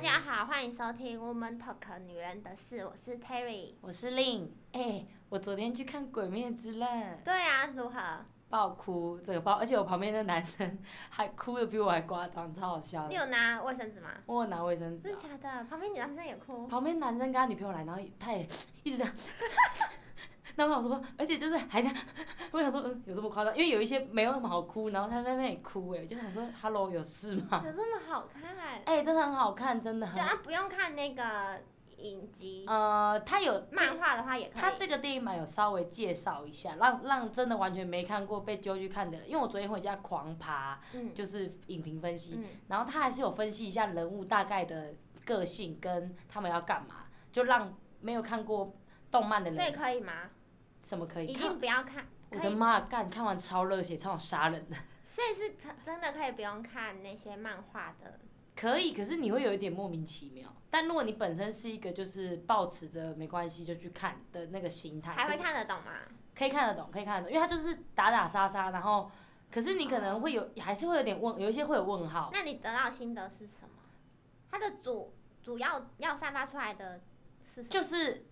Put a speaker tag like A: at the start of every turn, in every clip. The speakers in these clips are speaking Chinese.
A: 家好，欢迎收听《Woman Talk 女人的事》，我是 Terry。
B: 我是令，哎、我昨天去看《鬼灭之刃》，
A: 对啊，如何？
B: 爆哭，整个爆，而且我旁边的男生还哭的比我还夸张，超好笑
A: 你
B: 的。
A: 有拿卫生纸吗？
B: 我有拿卫生纸
A: 真
B: 啊、
A: 的假的？旁边女男生也哭，
B: 旁边男生跟他女朋友来，然后他也 一直这样。那我想说，而且就是还这样， 我想说，嗯，有这么夸张？因为有一些没有那么好哭，然后他在那里哭、哎，就想说，Hello，有事吗？
A: 有这么好 看？
B: 哎、真的很好看，真的
A: 就
B: 很。
A: 啊，不用看那个影集，
B: 呃，他有
A: 漫画的话也可
B: 他
A: 以。
B: 这个电影版有稍微介绍一下，让让真的完全没看过被揪去看的，因为我昨天回家狂爬，
A: 嗯
B: 就是影评分析，
A: 嗯，
B: 然后他还是有分析一下人物大概的个性跟他们要干嘛，就让没有看过动漫的
A: 所以
B: 人
A: 可以吗？
B: 什么可以
A: 一
B: 看。
A: 定不要看，
B: 我
A: 可
B: 的
A: 以。
B: 妈！干看完超热血，超想杀人的。
A: 所以是真真的可以不用看那些漫画的。
B: 可以，可是你会有一点莫名其妙。但如果你本身是一个就是抱持着没关系就去看的那个心态，
A: 还
B: 可
A: 会
B: 是
A: 看得懂吗？
B: 可以看得懂，可以看得懂，因为它就是打打杀杀，然后可是你可能会有，还是会有点问，有一些会有问号。
A: 那你得到心得是什么？它的主主要要散发出来的是什么？
B: 就是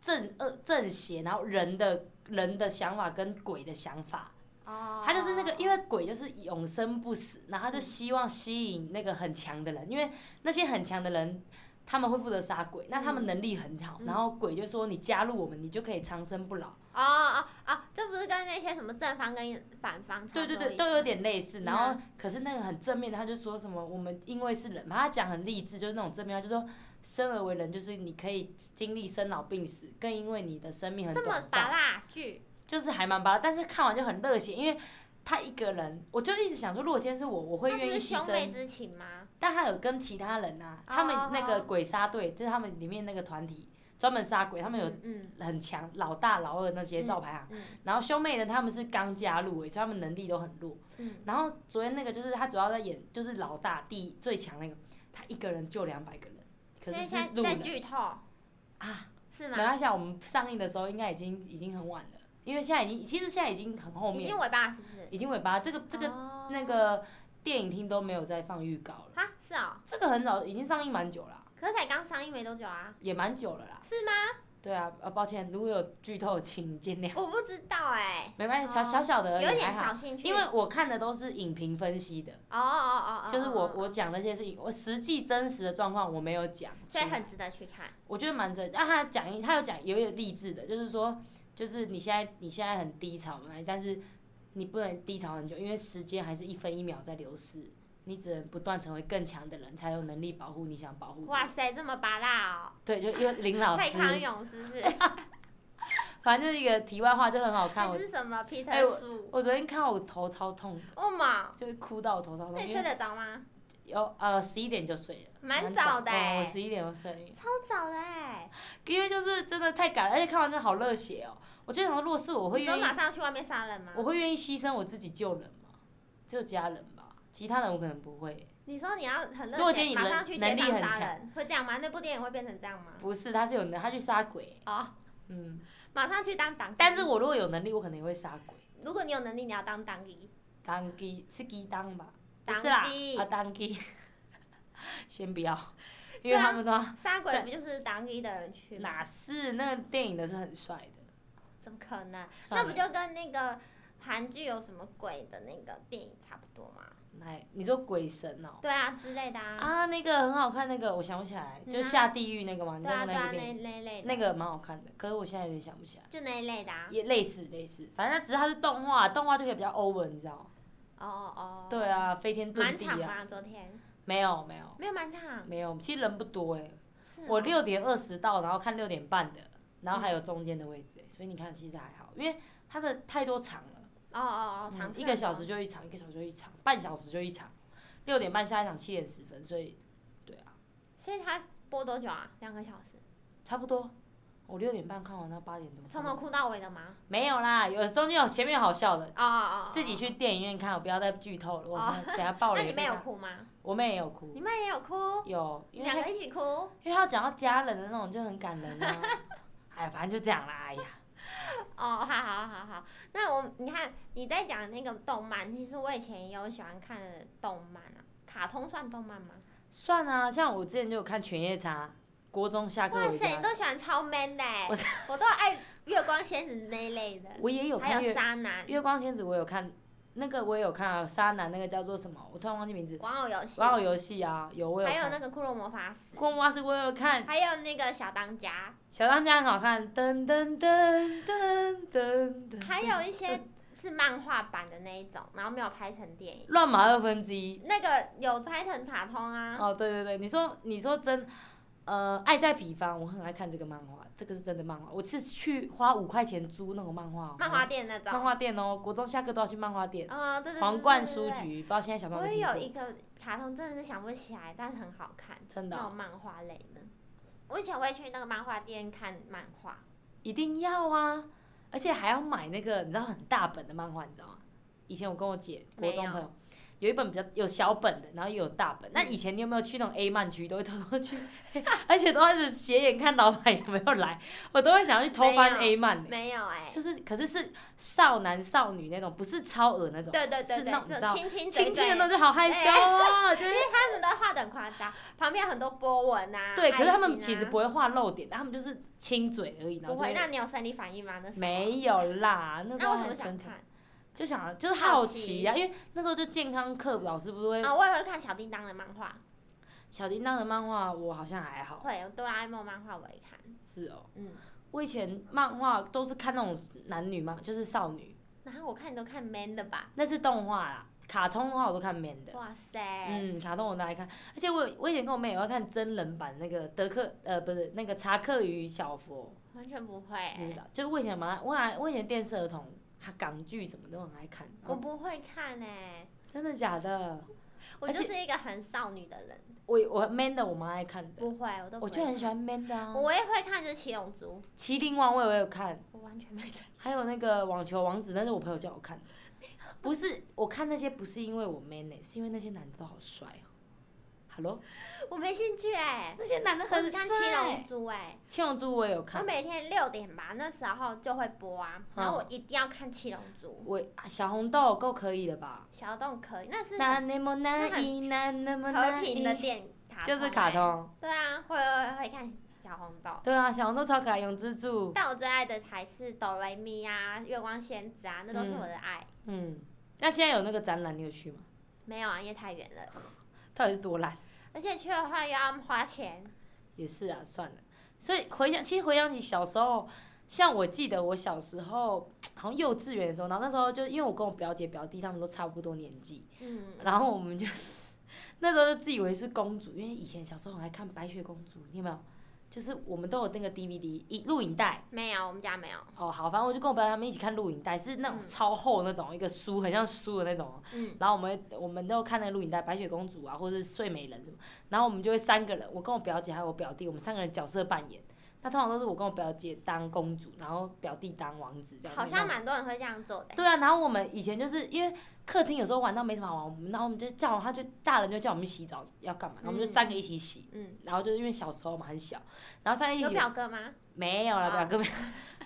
B: 正恶正邪，然后人的人的想法跟鬼的想法，
A: 哦，
B: 他就是那个，因为鬼就是永生不死，然后他就希望吸引那个很强的人，因为那些很强的人。他们会负责杀鬼，那他们能力很好，
A: 嗯
B: 然后鬼就说你加入我们，你就可以长生不老。
A: 哦哦哦，这不是跟那些什么正方跟反方差不多
B: 对对对，
A: 意思
B: 都有点类似。
A: 嗯
B: 然后，可是那个很正面的，他就说什么我们因为是人嘛，他讲很励志，就是那种正面，他就说生而为人，就是你可以经历生老病死，更因为你的生命很
A: 这么
B: 短
A: 拔
B: 暂，
A: 蜡剧，
B: 就是还蛮拔。但是看完就很热血，因为他一个人，我就一直想说，如果今天是我，我会
A: 它不
B: 愿意
A: 是
B: 牺
A: 兄妹哦
B: 牲。
A: 之情吗？
B: 但他有跟其他人啊，他们那个鬼杀队，就是他们里面那个团体专门杀鬼，他们有
A: 嗯嗯
B: 很强老大、老二那些照排行。
A: 嗯
B: 然后兄妹呢，他们是刚加入诶，所以他们能力都很弱。
A: 嗯，
B: 然后昨天那个就是他主要在演，就是老大第一最强那个，他一个人救两百个人，可
A: 所
B: 是
A: 以
B: 是
A: 现在
B: 路
A: 在
B: 人
A: 剧透
B: 啊。
A: 是
B: 没
A: 吗？
B: 关系啊，我们上映的时候应该已经已经很晚了，因为现在已经其实现在已经很后
A: 已
B: 面
A: 经，尾巴了是不是？
B: 已经尾巴。这个这个、
A: 哦
B: 那个电影厅都没有再放预告了，
A: 哈是哦，
B: 这个很早已经上映蛮久了啊、
A: 可是才刚上映没多久啊，
B: 也蛮久了啦。
A: 是吗？
B: 对啊，啊抱歉，如果有剧透请见谅，
A: 我不知道哎，
B: 没关系，小
A: 哦
B: 小小的而已
A: 有点
B: 还
A: 小
B: 好
A: 兴趣，哦
B: 因为我看的都是影评分析的。
A: 哦哦哦哦哦，
B: 就是我
A: 哦，
B: 我讲那些事情，我实际真实的状况我没有讲出
A: 所以
B: 来，
A: 很值得去看，
B: 我觉得蛮真。那、他讲一，他有讲也有励志的，就是说，就是你现在你现在很低潮嘛，但是你不能低潮很久，因为时间还是一分一秒在流逝，你只能不断成为更强的人，才有能力保护你想保护的
A: 哇
B: 人。
A: 塞，这么拔蜡哦，
B: 对，就因为林嗯老
A: 蔡
B: 师，
A: 康永是不是？
B: 反正就是一个题外话，就很好 看。
A: 还
B: 我
A: 是什么皮特
B: 哎我
A: 树？
B: 我昨天看我头超痛，
A: 哦嘛，
B: 就是哭到我头超
A: 那
B: 痛，
A: 你
B: 因
A: 睡
B: 为
A: 得着吗？
B: 有呃十一点就睡了，
A: 蛮早的
B: 嗯
A: 哎、
B: 我十一点就睡了。
A: 超早的哎、
B: 因为就是真的太赶了，而且看完真的好热血哦、我就想说，如果是我
A: 我
B: 我会
A: 你说
B: 愿意，
A: 马上去外面杀人吗？
B: 我会愿意牺牲我自己救人吗？只有家人吧，其他人我可能不会。
A: 你说你要很
B: 如果
A: 热
B: 今
A: 血，
B: 天你
A: 马
B: 能
A: 上去街
B: 能力
A: 上
B: 很
A: 杀
B: 强
A: 人，会这样吗？那部电影会变成这样吗？
B: 不是，他是有能，他去杀鬼。
A: 哦，
B: 嗯，
A: 马上去当党。
B: 但是，我如果有能力，我可能也会杀鬼。
A: 如果你有能力，你要当党医。
B: 当鸡是鸡当吧？不
A: 当
B: 是啦
A: 鸡，
B: 啊当鸡， 先不要，因
A: 对
B: 为
A: 啊
B: 他们说
A: 杀鬼
B: 在
A: 不就是当医的人去吗？
B: 哪是那个电影的是很帅的，
A: 怎么可能？那
B: 算
A: 不
B: 了
A: 就跟那个韩剧有什么鬼的那个电影差不多吗？
B: 来你说鬼神哦、
A: 对啊，之类的啊。
B: 啊那个很好看，那个我想不起来，
A: 嗯啊
B: 就是下地狱那个吗？你知
A: 对
B: 道
A: 啊，
B: 那
A: 对
B: 部
A: 啊，
B: 电影
A: 那那类的
B: 那个蛮好看的，可是我现在有点想不起来，
A: 就那一类的啊。
B: 也类似类似，反正它只是它是动画，动画就可以比较欧文，你知道吗？
A: 哦哦哦。
B: 对，啊，飞天遁
A: 满
B: 地
A: 场
B: 啊
A: 吧，，昨天
B: 没有没有
A: 没有满场。
B: 没有，其实人不多哎、
A: 是
B: 我
A: 哦嗯
B: 六点二十到，然后看六点半的，然后还有中间的位置、欸，所以你看其实还好，因为它的太多场了，
A: 哦哦哦，
B: 嗯
A: 长
B: 一个
A: 盛
B: 小
A: 吗
B: 时就一场，一个小时就一场，半小时就一场，六点半下一场七点十分，所以对啊，
A: 所以他播多久啊？两个小时，
B: 差不多。我六点半看完到八点多，
A: 从头哭到尾的吗？
B: 没有啦，有中间有前面有好笑的，
A: 哦哦哦，
B: 自己去电影院看，我不要再剧透了，我
A: 哦
B: 怕 等下爆
A: 那
B: 雷。
A: 你们有哭吗？
B: 我妹也有哭，
A: 你们也有哭？
B: 有，因为
A: 两
B: 她
A: 个一起哭？
B: 因为她有讲到家人的那种就很感人啊。 哎呀，反正就这样啦。哎呀，
A: 哦，好好好好。那我你看你在讲那个动漫，其实我以前也有喜欢看的动漫啊，卡通算动漫吗？
B: 算啊，像我之前就有看《犬夜叉》，国中下课
A: 哇
B: 回
A: 塞，
B: 家
A: 你，都喜欢超 man 的欸、
B: 我
A: 我都爱月光仙子那一类的，
B: 我也有
A: 还
B: 看
A: 有
B: 月《
A: 沙男
B: 月光仙子》，我有看那个我也有看啊，沙男那个叫做什么？我突然忘记名 字。
A: 玩偶游戏，
B: 玩偶游戏啊，有我有
A: 还有
B: 看。
A: 那个骷髅魔法使，
B: 光蛙是我有看，
A: 还有那个小当家，
B: 小当家很好看，噔噔噔噔噔噔。
A: 还有一些是漫画版的那一种，然后没有拍成电影。
B: 乱码二分之一。
A: 那个有拍成卡通啊，
B: 哦，对对对，你说你说真，呃，爱在彼方，我很爱看这个漫画，这个是真的漫画。我是去花五块钱租那种漫画、哦，
A: 漫画店那
B: 漫
A: 种。
B: 画店哦，国中下课都要去漫画店，
A: 嗯，对对对。
B: 皇冠
A: 对
B: 书。局，不知道现在小
A: 对对
B: 朋
A: 对
B: 友
A: 我
B: 有
A: 也
B: 没有
A: 有
B: 听
A: 一个卡通，真的是想不起来，但是很好看，
B: 过，真的
A: 那
B: 哦、
A: 种漫画类的。我以前会去那个漫画店看漫画，
B: 一定要啊，而且还要买那个你知道很大本的漫画，你知道吗？以前我跟我姐国中
A: 没有嗯
B: 朋友。有一本比较有小本的，然后也有大本。那以前你有没有去那种 A 漫区，都会偷偷去， 而且都要一直斜眼看老板有没有来，我都会想要去偷翻
A: 没有
B: A 漫、欸。
A: 没有哎、
B: 就是，可是是少男少女那种，不是超恶那种，
A: 对对对
B: 哦是
A: 对，哎
B: 那种
A: 这
B: 你知道
A: 种亲亲嘴
B: 轻轻的那
A: 嘴，
B: 种就好害羞哦，就是
A: 他们都画的很夸张，旁边有很多波纹啊。
B: 对，可是他
A: 爱心
B: 们
A: 啊
B: 其实不会画露点，但他们就是亲嘴而已，然后
A: 不
B: 就
A: 会。
B: 会
A: 那你有生理反应吗？那时候
B: 没。有啦，那时
A: 那
B: 候
A: 为什
B: 很
A: 么想
B: 纯纯，
A: 看？
B: 就想就是
A: 好
B: 好奇啊呀、因为那时候就健康课老师不是会、
A: 啊，我也会看小叮当的漫画，
B: 小叮当的漫画，我好像还好，
A: 会哆啦 A 梦漫画我也看，
B: 是哦，
A: 嗯，
B: 我以前漫画都是看那种男女漫，就是少女，
A: 然后我看你都看 man 的吧？
B: 那是动画啦，卡通的话我都看 man 的。
A: 哇塞，
B: 嗯，卡通我都爱看，而且我我以前跟我妹也会看真人版那个德克呃不是那个查克与小佛，
A: 完全不
B: 你知
A: 会，
B: 道？就是我以前蛮爱我爱我以前电视儿童，他港剧什么都很爱看。
A: 我
B: 哦
A: 不会看哎，
B: 真的假的？
A: 我
B: 而
A: 就
B: 且
A: 是一个很少女的人，
B: 我我 man 的我蛮爱看的，
A: 不会，我都不
B: 我
A: 会
B: 就很喜
A: 看。
B: 欢 man 的啊。
A: 我也会看，就是《七龙珠》，
B: 麒麟王我也有看，
A: 我完全没在。
B: 还有那个网球王子，那是我朋友叫我看的。不是，我看那些不是因为我 man 呢、是因为那些男的都好帅哦、Hello，
A: 我没兴趣哎、
B: 那些男的
A: 我只
B: 很
A: 看《七
B: 帅
A: 龙。珠》哎，
B: 七龙珠我也有
A: 我
B: 看，嗯
A: 每天六点吧，那时候就会播啊，然后我一定要看《七龙珠
B: 我啊小红豆够可以了吧？》，
A: 小洞可以，那是
B: 那那么
A: 那
B: 难
A: 很
B: 以，那那么
A: 和
B: 难
A: 平的
B: 以，
A: 电卡、
B: 就是卡。通。
A: 对啊，会会会看小红豆。
B: 对啊，小红豆超可爱，永之助，
A: 但我最爱的还是哆来咪啊、月光仙子啊，那都是我的爱。
B: 嗯，那现在有那个展览，你有去吗？
A: 没有啊，因为太远了，
B: 到底是多懒？
A: 而且去的话又要花钱。
B: 也是啊，算了。所以回想，其实回想起小时候，像我记得我小时候好像幼稚园的时候，然后那时候就因为我跟我表姐表弟他们都差不多年纪，
A: 嗯，
B: 然后我们就是 那时候就自以为是公主，因为以前小时候很爱看《白雪公主》，你有没有？就是我们都有那个 DVD 一录影带
A: 没有，我们家没有。
B: 哦，好，反正我就跟我表姐他们一起看录影带，是那种
A: 嗯
B: 超厚那种，一个书很像书的那种哦，
A: 嗯，
B: 然后我们我们都看那个录影带《白雪公主》啊，或者是《睡美人》什么，然后我们就会三个人，我跟我表姐还有我表弟，我们三个人角色扮演。那通常都是我跟我表姐当公主，然后表弟当王子这样。
A: 好像
B: 嘛。
A: 蛮多人会这样做的。
B: 对啊，然后我们以前就是因为客厅有时候玩到没什么好玩，我们然后我们就叫他就大人就叫我们去洗澡要干嘛，然后我们就
A: 嗯
B: 三个一起洗。
A: 嗯，
B: 然后就是因为小时候嘛很小，然后三个一
A: 有
B: 起
A: 表哥吗？
B: 没有了，
A: 啊
B: 表哥没有，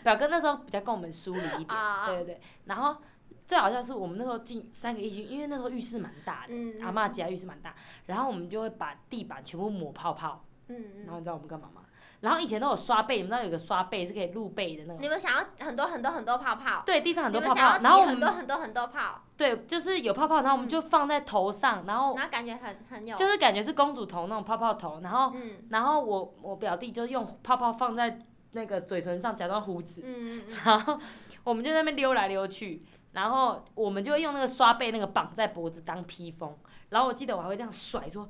B: 表哥那时候比较跟我们疏离一点。
A: 啊
B: 对对对，然后最好笑是我们那时候进三个一起，因为那时候浴室蛮大的。
A: 嗯，
B: 阿嬷家浴室蛮大，然后我们就会把地板全部抹泡泡，
A: 嗯
B: 然
A: 嗯
B: 后你知道我们干嘛吗？然后以前都有刷背，你们知道有个刷背是可以露背的那
A: 嗯，
B: 种，
A: 你们想要很多很多很多泡泡，
B: 对，地上很多泡
A: 你们想
B: 泡
A: 要，起
B: 然后我
A: 很多
B: 们
A: 很多很多泡，
B: 对，就是有泡泡，然后我们就放在头上，然后
A: 然后感觉很很有，
B: 就是哦感觉是公主头那种泡泡头，然后
A: 嗯
B: 然后我我表弟就用泡泡放在那个嘴唇上假装胡子，
A: 嗯嗯
B: 然后我们就在那边溜来溜去，然后我们就会用那个刷背那个绑在脖子当披风，然后我记得我还会这样甩说。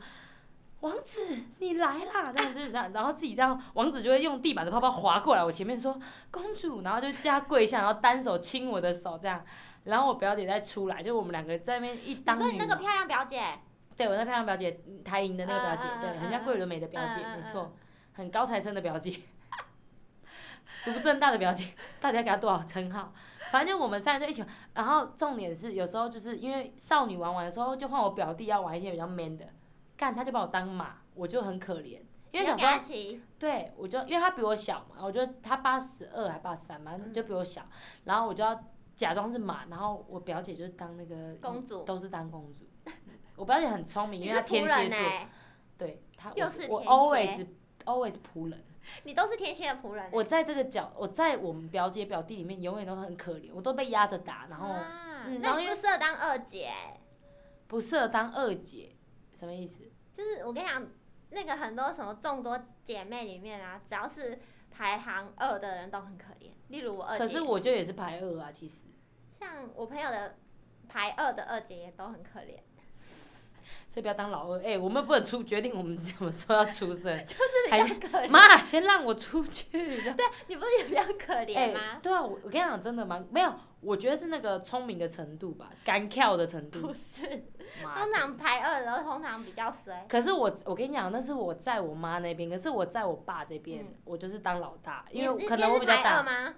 B: 王子，你来啦！这样子，然后然后自己这样，王子就会用地板的泡泡滑过来我前面说公主，然后就叫他跪下，然后单手亲我的手这样，然后我表姐再出来，就我们两个在那边一
A: 嗯，
B: 当
A: 所以
B: 女
A: 那
B: 王
A: 个漂亮表姐，
B: 对，我那漂亮表姐，嗯台银的那个表姐，
A: 嗯嗯
B: 对，
A: 嗯
B: 很像桂纶镁的表姐，
A: 嗯嗯
B: 没
A: 嗯
B: 错，很高材生的表姐， 读正大的表姐，到底要给她多少称号？反正就我们三个就一起玩，然后重点是有时候就是因为少女玩玩的时候，就换我表弟要玩一些比较 man 的，干他就把我当马，我就很可怜，因为
A: 你有
B: 小
A: 给
B: 时候
A: 她骑，
B: 对我就因为他比我小嘛，我觉得他八十二还八十三嘛，反正就比我小，
A: 嗯
B: 然后我就要假装是马，然后我表姐就是当那个
A: 公主
B: 都是当公主。我表姐很聪明，
A: 你
B: 因
A: 是
B: 为她天
A: 仆
B: 蝎
A: 人
B: 座，
A: 哎，
B: 对他，
A: 又
B: 我
A: 是
B: 我
A: 天蝎
B: always always 仆人。
A: 你都是天蝎的仆人欸、
B: 我在这个角，我在我们表姐表弟里面永远都很可怜，我都被压着打，然后
A: 啊
B: 嗯然
A: 那
B: 后
A: 你
B: 因
A: 不
B: 为
A: 适合当二姐欸、
B: 不适合当二姐，什么意思？
A: 就是我跟你讲，那个很多什么众多姐妹里面啊，只要是排行二的人都很可怜。例如我二姐
B: 可
A: 也，
B: 是我就也是排二啊，其实，
A: 像我朋友的排二的二姐也都很可怜，，
B: 所以不要当老二。哎、我们不能出决定我们什么时候要出生
A: 就是比较可怜。
B: 妈，先让我出去。这 样
A: 对，啊你不是也比较可
B: 哎、
A: 怜吗？
B: 对啊，我我跟你讲，真的蛮没有，我觉得是那个聪明的程度吧，干跳的程度
A: 不。是，
B: 妈
A: 通
B: 的
A: 常排二的通常比较衰。
B: 可是我我跟你讲，那是我在我妈那边，可是我在我爸这边，
A: 嗯
B: 我就是当老大，
A: 你
B: 因为
A: 你
B: 可
A: 你
B: 能
A: 也
B: 我
A: 是
B: 比较
A: 排二
B: 大，
A: 吗？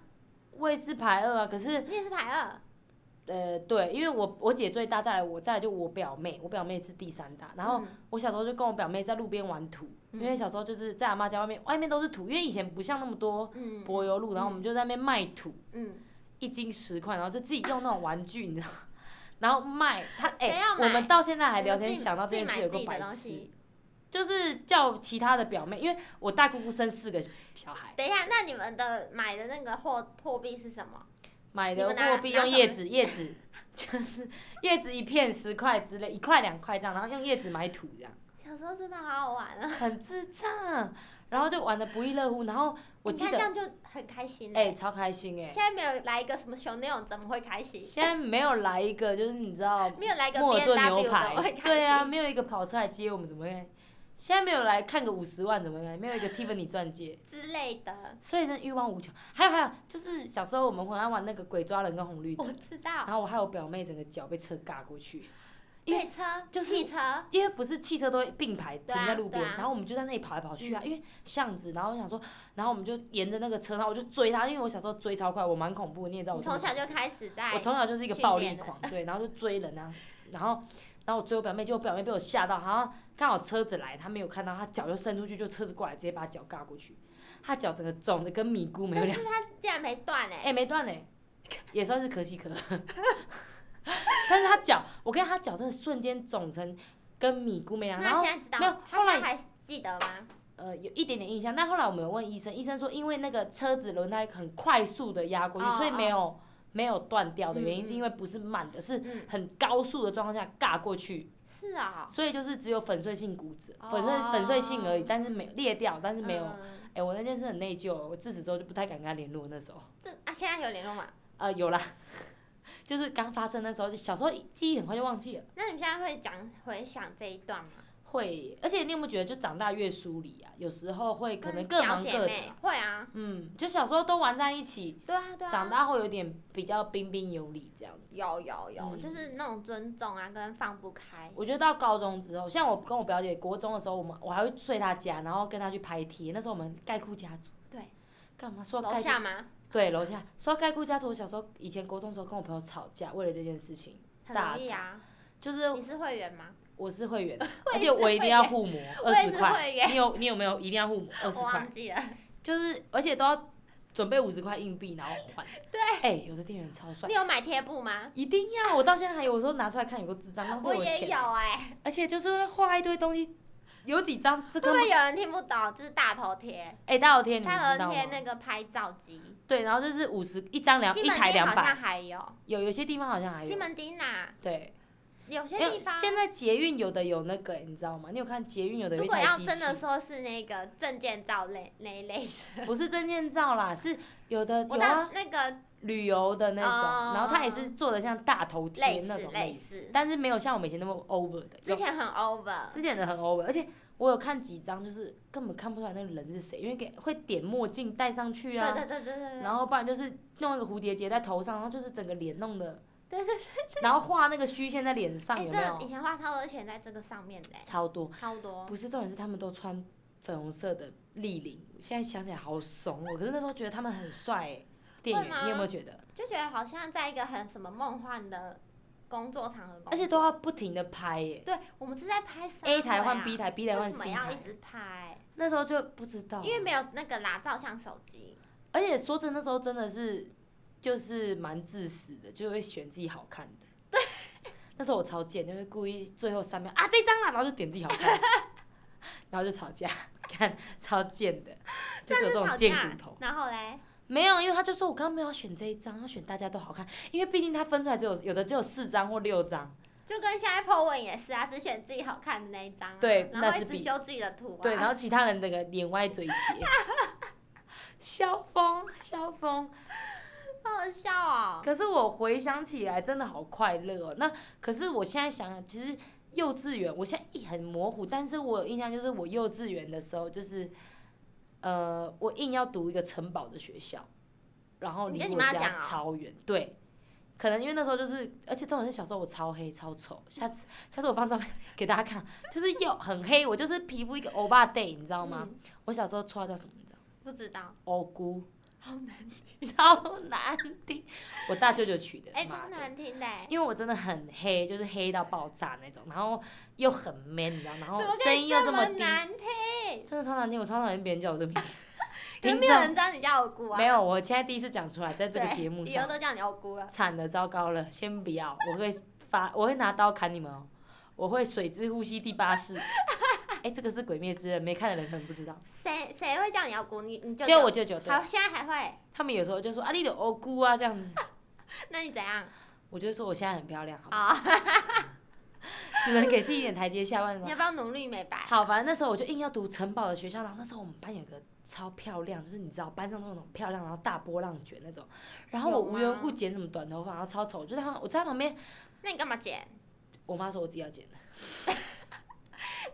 B: 我也是排二啊。可是
A: 你也是排二，
B: 呃，对，因为我我姐最大，再来我，再来就我表妹，我表妹是第三大。 然后
A: 嗯
B: 我小时候就跟我表妹在路边玩土，因为小时候就是在阿妈家外面，外面都是土，因为以前不像那么多
A: 嗯
B: 柏油路，然后我们就在那边卖土，
A: 嗯，
B: 一斤十块，然后就自己用那种玩具，你知道，然后卖他哎、
A: 谁要买
B: 我们到现在还
A: 我们
B: 聊天
A: 自己
B: 想到
A: 自
B: 这
A: 己
B: 件
A: 买
B: 事
A: 自
B: 有个
A: 己的
B: 白
A: 东
B: 痴
A: 西。。
B: 就是叫其他的表妹，因为我大姑姑生四个小孩，
A: 等一下，那你们的买的那个货货币是什么？
B: 买
A: 你
B: 的
A: 们拿
B: 货币
A: 拿
B: 用
A: 什
B: 叶
A: 么
B: 子，叶子就是叶子一片十块之类，一块两块这样，然后用叶子买土这样，
A: 小时候真的好好玩啊！
B: 很智障，然后就玩的不亦乐乎。然后我
A: 你
B: 记
A: 看
B: 得
A: 这样就很开心
B: 哎、
A: 欸
B: 超开心哎、
A: 现在没有来一个什么熊那种，怎么会开心？
B: 现在没有来一个就是你知道
A: 没有来一个
B: 莫
A: B
B: 尔
A: N
B: 顿
A: W 怎么
B: 牛
A: 会
B: 排
A: 开，心？
B: 对啊，，没有一个跑车来接我们，怎么会？现在没有来看个五十万怎么样？没有一个 Tiffany 钻戒，
A: 之类的，
B: 所以真的欲望无穷。还有还有，就是小时候我们很爱玩那个鬼抓人跟红绿灯
A: 我，知道。
B: 然后我还有表妹整个脚被车尬过去，因为
A: 对车，
B: 就是
A: 汽车，
B: 因为不是汽车都会并排停
A: 对啊
B: 在路边，
A: 对啊嗯
B: 然后我们就在那里跑来跑去啊，因为巷子，然后我想说，然后我们就沿着那个车，然后我就追他，因为我小时候追超快，我蛮恐怖，你也知道我
A: 你
B: 这么
A: 从小
B: 恐
A: 就开始在
B: 我从小就是一个
A: 训
B: 暴力
A: 练的
B: 狂，对，然后就追人啊，然后然后我追我表妹，结果我表妹被我吓到，好像刚好车子来，她没有看到，她脚就伸出去，就车子过来，直接把脚尬过去，她脚整个肿的跟米糊没 有两，
A: 竟然没断
B: 哎、
A: 哎，
B: 没断呢、也算是可喜可贺， 但是她脚，我跟你讲她脚真的瞬间肿成跟米糊没两，然
A: 那
B: 后
A: 现在知道
B: 没有
A: 吗，他
B: 后来
A: 现在还记得吗？
B: 呃，有一点点印象。但后来我们有问医生，医生说因为那个车子轮胎很快速的压过去，
A: 哦
B: 所以没
A: 哦
B: 有、没有断掉的原因
A: 嗯
B: 是因为不是慢的，是
A: 嗯，
B: 很高速的状况下尬过去，
A: 是啊，
B: 所以就是只有粉碎性骨折，粉碎粉碎性而已，
A: 哦
B: 但是没裂掉，但是没有。哎、
A: 嗯
B: 我那件事很内疚，哦我自此之后就不太敢跟他联络。那时候，
A: 这啊，现在有联络吗？
B: 呃，有啦， 就是刚发生的时候，就小时候记忆很快就忘记了。
A: 那你现在会讲回想这一段吗？
B: 会，而且你有没有觉得，就长大越疏离啊？有时候会可
A: 跟
B: 能各
A: 嗯表
B: 忙
A: 姐
B: 各的
A: 妹
B: 啊。
A: 会啊，
B: 嗯，就小时候都玩在一起，
A: 对啊对啊，
B: 长大后有点比较彬彬有礼这样。
A: 有有有，
B: 嗯
A: 就是那种尊重啊，跟放不开。
B: 我觉得到高中之后，像我跟我表姐国中的时候，我们我还会睡她家，然后跟她去拍贴。那时候我们盖库家族。
A: 对。
B: 干嘛说到
A: 楼
B: 盖
A: 下
B: 库？
A: 吗？
B: 对，楼下说到盖库家族，我小时候以前国中的时候跟我朋友吵架，为了这件事情，
A: 很容易啊。
B: 就是
A: 你是会员吗？
B: 我是会 员，
A: 我也
B: 而
A: 是
B: 且我一定要护膜
A: 我
B: 二
A: 也
B: 十
A: 是
B: 块。
A: 会员，
B: 你有你有没有一定要护膜二十
A: 我啊
B: 块
A: 忘？记了。
B: 就是而且都要准备五十块硬币，然后 还。对。哎、有的店员超帅
A: 你。有买贴布吗？
B: 一定要！我到现在还有，我说拿出来看，有个智障浪费
A: 我
B: 我的
A: 也
B: 钱，啊
A: 有哎、
B: 而且就是会画一堆东西，有几张这
A: 会不
B: 个
A: 会有人听不懂？就是大头贴，
B: 哎、大头贴你们
A: 大
B: 知
A: 头
B: 道啊
A: 贴
B: 吗
A: 那？个拍照机，
B: 对，然后就是五十一张两
A: 西
B: 一
A: 门
B: 台
A: 町
B: 两
A: 好像
B: 百，
A: 还有，
B: 有有些地方好像还
A: 西
B: 有。
A: 门町呐、
B: 对，
A: 有些
B: 因为
A: 地方
B: 现在捷运有的有那个、欸你知道吗？你有看捷运有的有
A: 如
B: 一
A: 果
B: 台
A: 要
B: 机
A: 真的
B: 器，
A: 说是那个证件照类那一类的，
B: 不是证件照啦，是有的
A: 我知
B: 有
A: 道
B: 啊，
A: 那个
B: 旅游的那种，然后它也
A: 哦
B: 是做的像大头贴
A: 类
B: 那
A: 似
B: 种类
A: 类
B: 似，
A: 似，
B: 但是没有像我们以前那么 over 的。
A: 之
B: 有
A: 前很 over，
B: 之前的很 over，而且我有看几张，就是根本看不出来那个人是谁，因为给会点墨镜戴上去啊，
A: 对对对对对对
B: 然后不然就是弄一个蝴蝶结在头上，然后就是整个脸弄的，
A: 对对，
B: 然后画那个虚线在脸上，
A: 哎，
B: 有没有
A: 这以？前花超多钱在这个上面的、哎
B: 超多。
A: 超多，
B: 不是重点是他们都穿粉红色的立领，我现在想起来好怂哦。可是那时候觉得他们很帅哎、店
A: 会吗
B: 员你有没有觉得？
A: 就觉得好像在一个很什么梦幻的工作场合工作，
B: 而且都要不停的拍耶、
A: 对，我们是在拍什么
B: a 台
A: 呀
B: 换 B 台，B 台
A: 啊为
B: 换
A: 什么
B: C
A: 要一
B: 台，哦
A: 直拍？
B: 那时候就不知道，啊
A: 因为没有那个啦，照相手机。
B: 而且说真的，那时候真的是就是蛮自私的，就会选自己好看的。对，那时候我超贱，就会故意最后三秒啊这张啦，然后就点自己好看。然后就吵架，看超贱的，就
A: 但
B: 是有这种
A: 吵
B: 贱
A: 架
B: 骨头。
A: 然后嘞，
B: 没有，因为他就说我刚刚没有选这一张，要选大家都好看，因为毕竟他分出来只有有的只有四张或六张，
A: 就跟现在 po 文也是啊，只选自己好看的那一张、啊，
B: 对
A: 然
B: 那
A: 后一
B: 是
A: 直
B: 比
A: 修自己的图啊，
B: 对，然后其他人那个脸歪 嘴斜，萧峰，萧峰。
A: 好好笑哦。
B: 可是我回想起来，真的好快乐哦。那可是我现在想想，其实幼稚园，我现在一很模糊，但是我有印象就是我幼稚园的时候，就是呃，我硬要读一个城堡的学校，然后
A: 你
B: 离
A: 跟你
B: 我
A: 妈
B: 家
A: 讲哦
B: 超远，对。可能因为那时候就是，而且重点是小时候我超黑超丑，下次下次我放照片给大家看，就是又很黑，我就是皮肤一个欧巴 day，你知道吗？
A: 嗯
B: 我小时候绰号叫什么？你知道吗？
A: 不知道，
B: 欧姑，
A: 好难，
B: 超难听，我大舅舅取的，
A: 哎、
B: 妈
A: 超
B: 的
A: 难听的欸，
B: 因为我真的很黑，就是黑到爆炸那种，然后又很 man，你知道，然后
A: 怎么可
B: 声音
A: 以
B: 又
A: 这
B: 么
A: 么
B: 低，
A: 难听？
B: 真的超难听，我超讨厌别人叫我这名字。
A: 可是
B: 听
A: 没有人知
B: 众
A: 道你叫我姑啊，
B: 没有，我现在第一次讲出来，在
A: 对，
B: 这个节目
A: 以后
B: 上，
A: 都叫你我姑了。
B: 惨了，糟糕了，先不要，我会发，我会拿刀砍你们哦，我会水之呼吸第八式。 哎、这个是《鬼灭之刃》，没看的人可能不知道，
A: 谁谁会叫你我姑？你你就
B: 只有我舅舅对，
A: 好，现在还会？
B: 他们有时候就说啊，你的欧姑啊这样子，
A: 那你怎样？
B: 我就会说我现在很漂亮， 好吗？
A: 啊、
B: 只能给自己一点台阶下，不然
A: 你要不要努力美白？
B: 好，反正那时候我就硬要读城堡的学校，然后那时候我们班有个超漂亮，就是你知道班上都有那种漂亮，然后大波浪卷那种，然后我
A: 有吗
B: 无缘无故剪什么短头发，然后超丑，就在旁我在旁边，
A: 那你干嘛剪？
B: 我妈说我自己要剪的，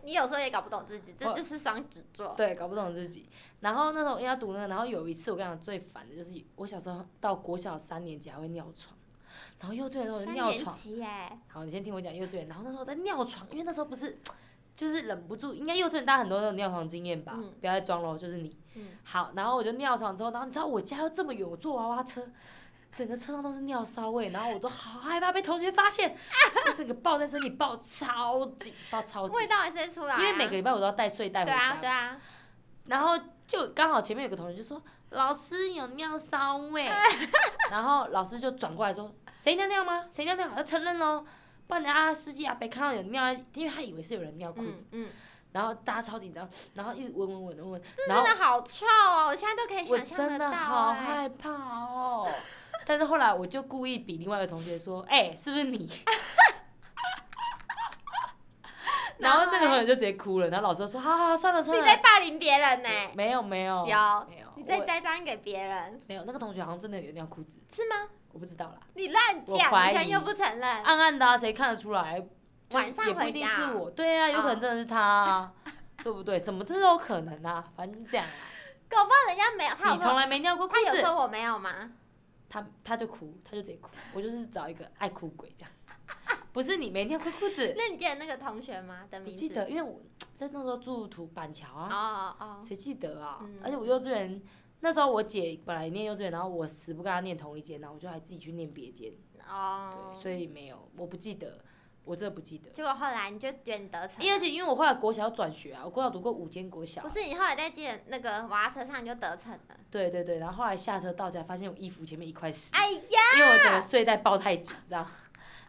A: 你有时候也搞不懂自己，这
B: 我
A: 就是双子座。
B: 对，搞不懂自己。然后那时候硬要读那个，然后有一次我跟你讲最烦的就是我小时候到国小三年级还会尿床，然后幼稚园的时候我就
A: 三
B: 尿
A: 年
B: 床，
A: 级哎，
B: 好，你先听我讲幼稚园，然后那时候我在尿床，因为那时候不是。就是忍不住，应该幼稚园大家很多那种尿床经验吧，
A: 嗯
B: 不要再装喽，就是你。
A: 嗯，
B: 好，然后我就尿床之后，然后你知道我家又这么远，我坐娃娃车，整个车上都是尿骚味，然后我都好害怕被同学发 现，我整个抱在身体抱超紧，抱超紧
A: 味，道还是会出来啊、
B: 因为每个礼拜我都要带睡袋回
A: 对啊
B: 家，
A: 对啊，
B: 然后就刚好前面有个同学就说老师有尿骚 味，然后老师就转过来说谁尿尿吗？谁尿尿？要承认喽，不然等下司机阿北看到有尿，因为他以为是有人尿裤子，
A: 嗯嗯，
B: 然后大家超紧张，然后一直闻闻闻闻闻，然后
A: 真的好臭哦，我现在都可以
B: 我
A: 想象
B: 真
A: 得
B: 的
A: 到
B: 好
A: 哎、
B: 害怕哦。但是后来我就故意比另外一个同学说：“哎、是不是你？” 然后那个同学就直接哭了，然后老师就说：“好好好，算了算
A: 你
B: 了。
A: 在霸凌别人呢、哎
B: 没有没有
A: 有
B: 没有，
A: 你在
B: 我
A: 栽赃给别人
B: 没有那个同学好像真的有尿裤子，
A: 是吗？
B: 我不知道啦，
A: 你乱
B: 我
A: 讲，
B: 怀
A: 你全
B: 疑
A: 又不承认。
B: 暗暗的、啊、谁看得出来？就
A: 呃晚上
B: 也不
A: 回
B: 一定
A: 家哦
B: 是
A: 啊
B: 我，对啊，有可
A: 哦
B: 能真的是他、啊， 对不对？什么这都有可能啊，反正就这样啊。
A: 搞不好人家没有，他有
B: 你从
A: 说
B: 来没尿过裤
A: 他有
B: 子，
A: 说我没有吗？
B: 他他就哭，他就直接哭。我就是找一个爱哭鬼这样， 不是你没尿过裤 子，
A: 那你记得那个同学吗？的
B: 不
A: 名字？
B: 记得，因为我在那时候住土板桥
A: 哦
B: 啊，
A: 哦哦，
B: 谁记得啊？
A: 嗯
B: 而且我幼稚园那时候我姐本来念幼稚园，然后我死不跟她念同一间，然后我就还自己去念别间，
A: 哦，
B: 对，所以没有，我不记得，我真的不记得。
A: 结果后来你就选得成，
B: 因为而且因为我后来国小转学啊，我国小读过五间国小
A: 不，是你后来在记得那个娃娃车上你就得逞了。
B: 对对对，然后后来下车到家发现我衣服前面一块屎，
A: 哎呀，
B: 因为我整个睡袋抱太紧，知道吗？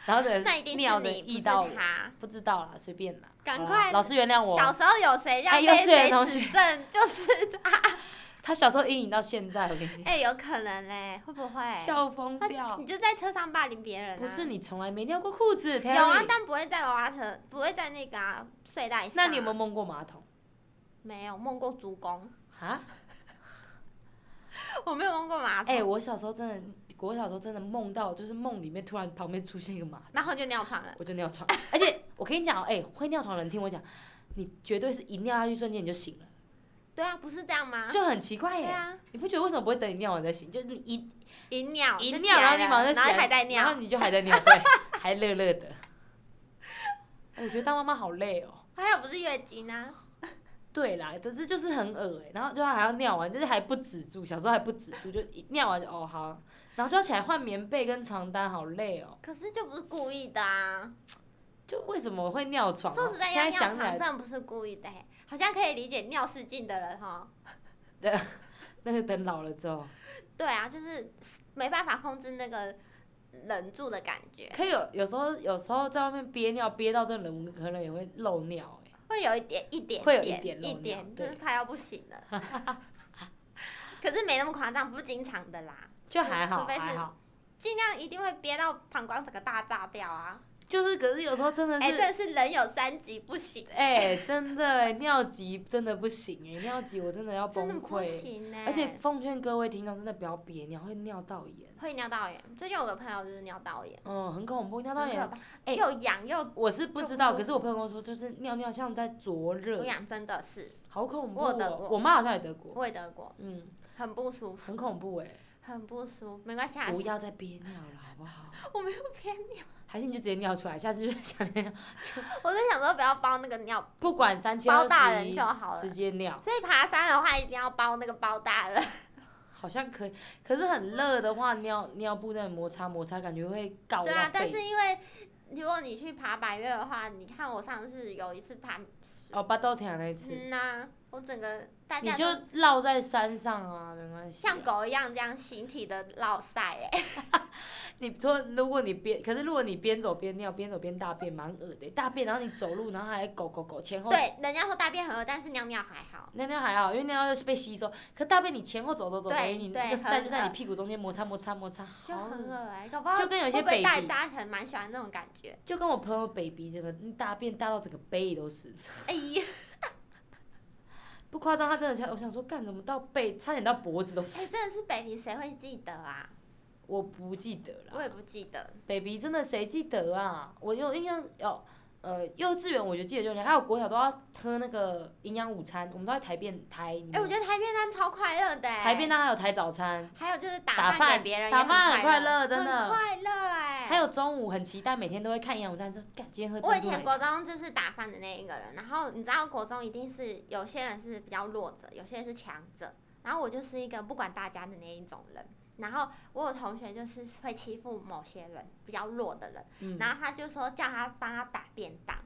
B: 然后整
A: 那
B: 个
A: 一定
B: 尿
A: 是
B: 的
A: 你，不
B: 溢
A: 是
B: 到我。
A: 他。
B: 不知道啦，随便啦。
A: 赶
B: 好啦
A: 快
B: 老师原谅我。
A: 小时候有谁要
B: 哎
A: 被
B: 幼稚园
A: 谁
B: 同
A: 指
B: 学
A: 正，就是 他。
B: 他小时候阴影到现在，我跟 你
A: 哎，有可能嘞，会不会？
B: 讲，笑疯
A: 哎他
B: 掉。
A: 你就在车上霸凌别人啊？
B: 不是你从来没尿过裤子，Terry，
A: 有啊，但不会在娃娃车，不会在那个啊睡袋上。
B: 那你有没有梦过马桶？
A: 没有梦过足弓？
B: 啊？
A: 我没有梦过马桶。
B: 哎、我小时候真的，我小时候真的梦到，就是梦里面突然旁边出现一个马桶，
A: 然后就尿床了。
B: 我就尿床。 而且我跟你讲哦，哎、会尿床的人听我讲，你绝对是一尿下去瞬间你就醒了，
A: 对啊，不是这样吗？
B: 就哎很奇怪
A: 对
B: 耶。
A: 啊，
B: 你不觉得为什么不会等你尿完再醒？就是你一
A: 一尿
B: 一
A: 哦就起
B: 尿，然
A: 来
B: 后你
A: 了
B: 马上就
A: 然
B: 起
A: 后
B: 来
A: 还在
B: 然
A: 尿
B: 后，你就还在尿，对，还乐乐的。哎我觉得当妈妈好累哦。
A: 还有不是月经啊？
B: 对啦，可是就是很恶哎、然后就还要尿完，就是还不止住，小时候还不止住，就一尿完就哦好，然后就要起来换棉被跟床单，好累哦、
A: 可是就不是故意的啊！
B: 就为什么会尿床、啊？
A: 说实在，
B: 现
A: 要
B: 在
A: 尿床
B: 想起来
A: 真，的不是故意的、欸，好像可以理解尿失禁的人哈。
B: 那是等老了之后，
A: 对啊，就是没办法控制那个忍住的感觉，
B: 可以有有时候有时候在外面憋尿憋到这冷，可能也会漏尿哎、
A: 会有一点一点
B: 会有一
A: 点
B: 点
A: 一
B: 漏
A: 点，
B: 尿
A: 就是
B: 对
A: 快要不行了。 可是没那么夸张，不是经常的啦，
B: 就还好
A: 除非是
B: 还好，
A: 尽量一定会憋到膀胱整个大炸掉啊！
B: 就是可是有时候真的
A: 哎、
B: 是
A: 真的是人有三急不行，
B: 哎、真的、哎尿急真的不行哎、尿急我真的要
A: 真的
B: 崩
A: 不
B: 溃。
A: 行欸哎呢、
B: 而且奉劝各位听众，真的不要憋尿，会尿道炎。
A: 会尿道炎，最近有个朋友就是尿道炎，
B: 嗯，很恐怖，尿道
A: 很可
B: 炎。
A: 怕，
B: 哎
A: 又痒又
B: 我是不
A: 又
B: 知
A: 不
B: 道，
A: 舒
B: 可是我朋友跟我说，就是尿尿像在灼
A: 不
B: 热，
A: 痒，真的是
B: 好恐怖、
A: 我有得
B: 哦。
A: 过
B: 我妈好像也得过，
A: 我也得过，
B: 嗯，
A: 很不舒服，
B: 很恐怖哎、
A: 很不舒服，没关系啊，
B: 不要再憋尿了，好不好？
A: 我没有偏尿，
B: 还是你就直接尿出来，下次就想尿，
A: 我在想说不要包那个尿，
B: 不管三七
A: 包大
B: 二十
A: 人
B: 一
A: 就，好了
B: 直。接尿，
A: 所以爬山的话一定要包那个包大人，
B: 好像可以。可是很热的话，尿尿布那摩擦摩擦，感觉会 搞
A: 对
B: 到
A: 啊。但
B: 肺
A: 是因为如果你去爬百越的话，你看我上次有一次爬，
B: 哦，巴豆田那一次，
A: 嗯呐、我整个大
B: 你
A: 家
B: 就
A: 都
B: 绕在山上啊，没关系啊。
A: 像狗一样这样形体的落晒哎、
B: 你说，如果你边，可是如果你边走边尿，边走边大便，蛮恶的。大便，然后你走路，然后还狗狗狗前后，
A: 对，人家说大便很恶，但是尿尿还好。
B: 尿尿还好，因为尿尿就是被吸收。可大便你前后走走走，
A: 对
B: 等于你
A: 对
B: 那个塞
A: 很
B: 就在你
A: 恶
B: 屁股中间摩擦摩擦摩擦，
A: 就
B: 好
A: 很
B: 恶。
A: 恶哎、搞不好
B: 就跟有些
A: 会不会大
B: baby
A: 大家很蛮喜欢那种感觉。
B: 就跟我朋友 baby 这个嗯大便大到整个背都是，
A: 哎 呀，
B: 不夸张，他真的像我想说，干怎么到背，差点到脖子都
A: 哎、
B: 是。
A: 真的是 baby 谁会记得啊？
B: 我不记得了。
A: 我也不记得。
B: baby 真的谁记得啊？我有印象哦，呃，幼稚园我就记得就还有国小都要喝那个营养午餐，我们都在台便台里面。
A: 哎、我觉得台便当超快乐的、哎
B: 嗯台便当还有台早餐，
A: 还有就是
B: 打
A: 打
B: 饭
A: 给别人也
B: 打
A: 很
B: 饭很快乐
A: 乐，
B: 真的
A: 很快乐哎、
B: 还有中午很期待，每天都会看营养午餐，说干今天喝
A: 我以
B: 珍珠
A: 前
B: 奶
A: 国
B: 茶。
A: 中就是打饭的那一个人，然后你知道国中一定是有些人是比较弱者，有些人是强者，然后我就是一个不管大家的那一种人。然后我有同学就是会欺负某些人，比较弱的人，
B: 嗯，
A: 然后他就说叫他帮他打便当，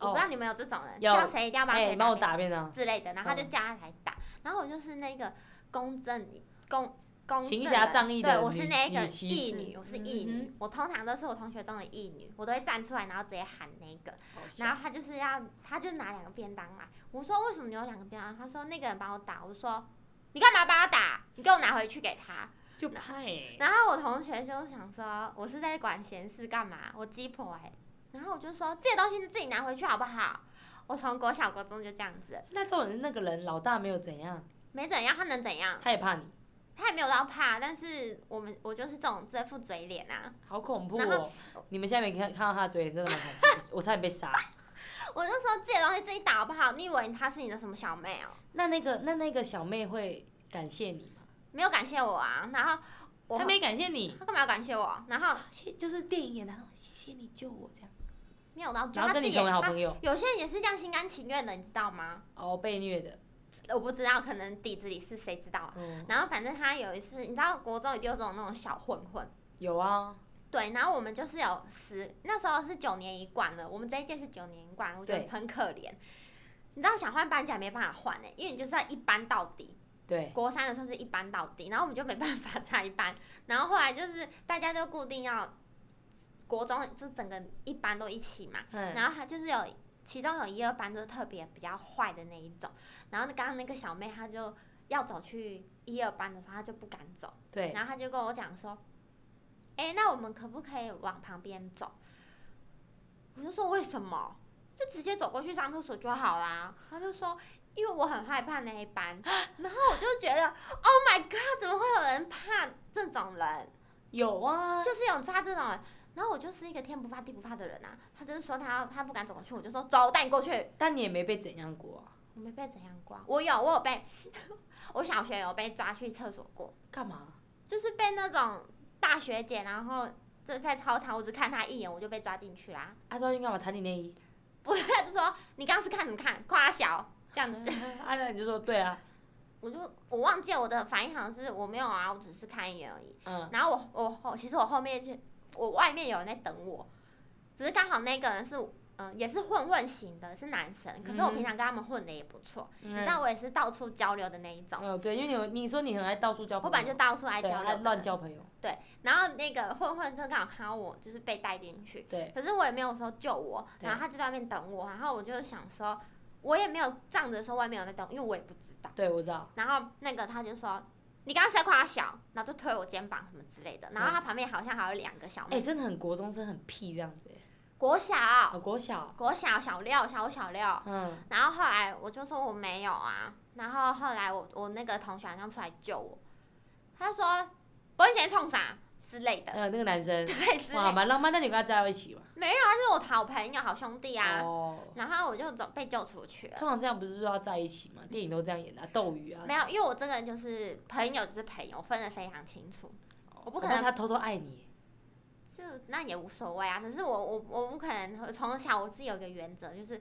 A: 我不知
B: 哦，
A: 道你们有这种人，
B: 有
A: 叫谁一定要帮
B: 哎，
A: 谁
B: 帮我
A: 便
B: 打便当，
A: 之类的，然后他就
B: 嗯
A: 叫他来打，然后我就是那个公正公公
B: 行
A: 正
B: 侠
A: 人
B: 仗义的
A: 对，我
B: 女
A: 是那
B: 女
A: 个
B: 骑
A: 义
B: 士嗯
A: 女，我是义女，我通常都是我同学中的义女，我都会站出来，然后直接喊那个，然后他就是要，他就拿两个便当嘛，我说为什么你有两个便当？他说那个人帮我打，我说你干嘛帮他打？你给我拿回去给他。
B: 就派欸。
A: 然后我同学就想说，我是在管闲事干嘛？我鸡婆哎、然后我就说这些东西你自己拿回去好不好？我从国小国中就这样子，
B: 那重点是那个人老大没有怎样，
A: 没怎样，他能怎样？
B: 他也怕你，
A: 他也没有到怕，但是我们我就是这种这副嘴脸啊，
B: 好恐怖
A: 然
B: 哦！你们现在没看看到他的嘴脸，真的蛮恐怖的，我差点被 杀。
A: 我就说这些东西自己打好不好？你以为他是你的什么小妹哦、
B: 那那个那那个小妹会感谢你吗？
A: 没有感谢我啊，然后我
B: 她没感谢你，
A: 他干嘛要感谢我？然后
B: 谢就是电影演的那种，谢谢你救我这样，
A: 没有到，就
B: 然后
A: 他
B: 跟
A: 自
B: 你
A: 己也
B: 成为好
A: 他
B: 朋友，
A: 有些人也是这样心甘情愿的，你知道吗？
B: 哦，被虐的，
A: 我不知道，可能底子里是谁知道啊。
B: 嗯，
A: 然后反正他有一次，你知道国中一定有这种那种小混混，
B: 有啊，
A: 对。然后我们就是有十，那时候是九年一贯的，我们这一届是九年一贯，我觉
B: 对
A: 得很可怜。你知道想换班级也没办法换呢、欸因为你就是要一班到底。
B: 对，
A: 国三的时候是一班到底，然后我们就没办法再一班。然后后来就是大家都固定要国中这整个一班都一起嘛，
B: 嗯，
A: 然后他就是有其中有一二班就是特别比较坏的那一种，然后刚刚那个小妹她就要走去一二班的时候，她就不敢走，
B: 对，
A: 然后她就跟我讲说：“哎、那我们可不可以往旁边走？”我就说：“为什么？就直接走过去上厕所就好啦。”她就说。因为我很害怕那一班，然后我就觉得，Oh my god，怎么会有人怕这种人？
B: 有啊，
A: 就是有发这种人。然后我就是一个天不怕地不怕的人啊，他就是说他他不敢走过去，我就说走，我带你过去。
B: 但你也没被怎样过啊，
A: 我没被怎样过啊，我有我有被， 我小学有被抓去厕所过，
B: 干嘛？
A: 就是被那种大学姐，然后就在操场，我只看她一眼我就被抓进去啦。
B: 阿昭英干嘛弹你内衣？
A: 不是，就说你刚刚是看什么看，夸小这样子，
B: 阿昭你就说对 啊，
A: 我就我忘记了我的反应好像是我没有啊，我只是看一眼而已。
B: 嗯，
A: 然后我我后其实我后面就我外面有人在等我，只是刚好那个人是嗯，也是混混型的，是男生。可是我平常跟他们混的也不错，你知
B: 嗯，
A: 道我也是到处交流的那一种，
B: 嗯，对，因为你有你说你很爱到处交朋
A: 我
B: 友，
A: 本来就到处爱
B: 对
A: 交
B: 爱
A: 流，
B: 乱。交朋友，
A: 对，然后那个混混就刚好看到我，就是被带进去，
B: 对，
A: 可是我也没有说救我，
B: 对
A: 然后他就在外面等我，然后我就想说，我也没有仗着说外面有在等，因为我也不知道。
B: 对我知道，
A: 然后那个他就说。你刚刚是在夸他小，然后就推我肩膀什么之类的，然后他旁边好像还有两个小
B: 嗯哎，
A: 妹，
B: 真的很国中生很屁这样子，哎
A: 国小、
B: 啊，国小，
A: 国小小六、小五、小六，
B: 嗯，
A: 然后后来我就说我没有啊，然后后来我我那个同学好像出来救我，他就说不会先冲啥之类的，
B: 呃，那个男生，
A: 对之类
B: 哇，
A: 的，
B: 蛮浪漫，那你跟他在一起嘛？
A: 他是我好朋友、好兄弟啊，
B: 哦，
A: 然后我就走被救出去了。
B: 通常这样不是说要在一起嘛？电影都这样演的啊，斗鱼啊，
A: 嗯没有，因为我这个人就是朋友就是朋友，分得非常清楚，我不可
B: 怕
A: 能
B: 他偷偷爱你，
A: 就那也无所谓啊。可是我我我不可能从小我自己有一个原则，就是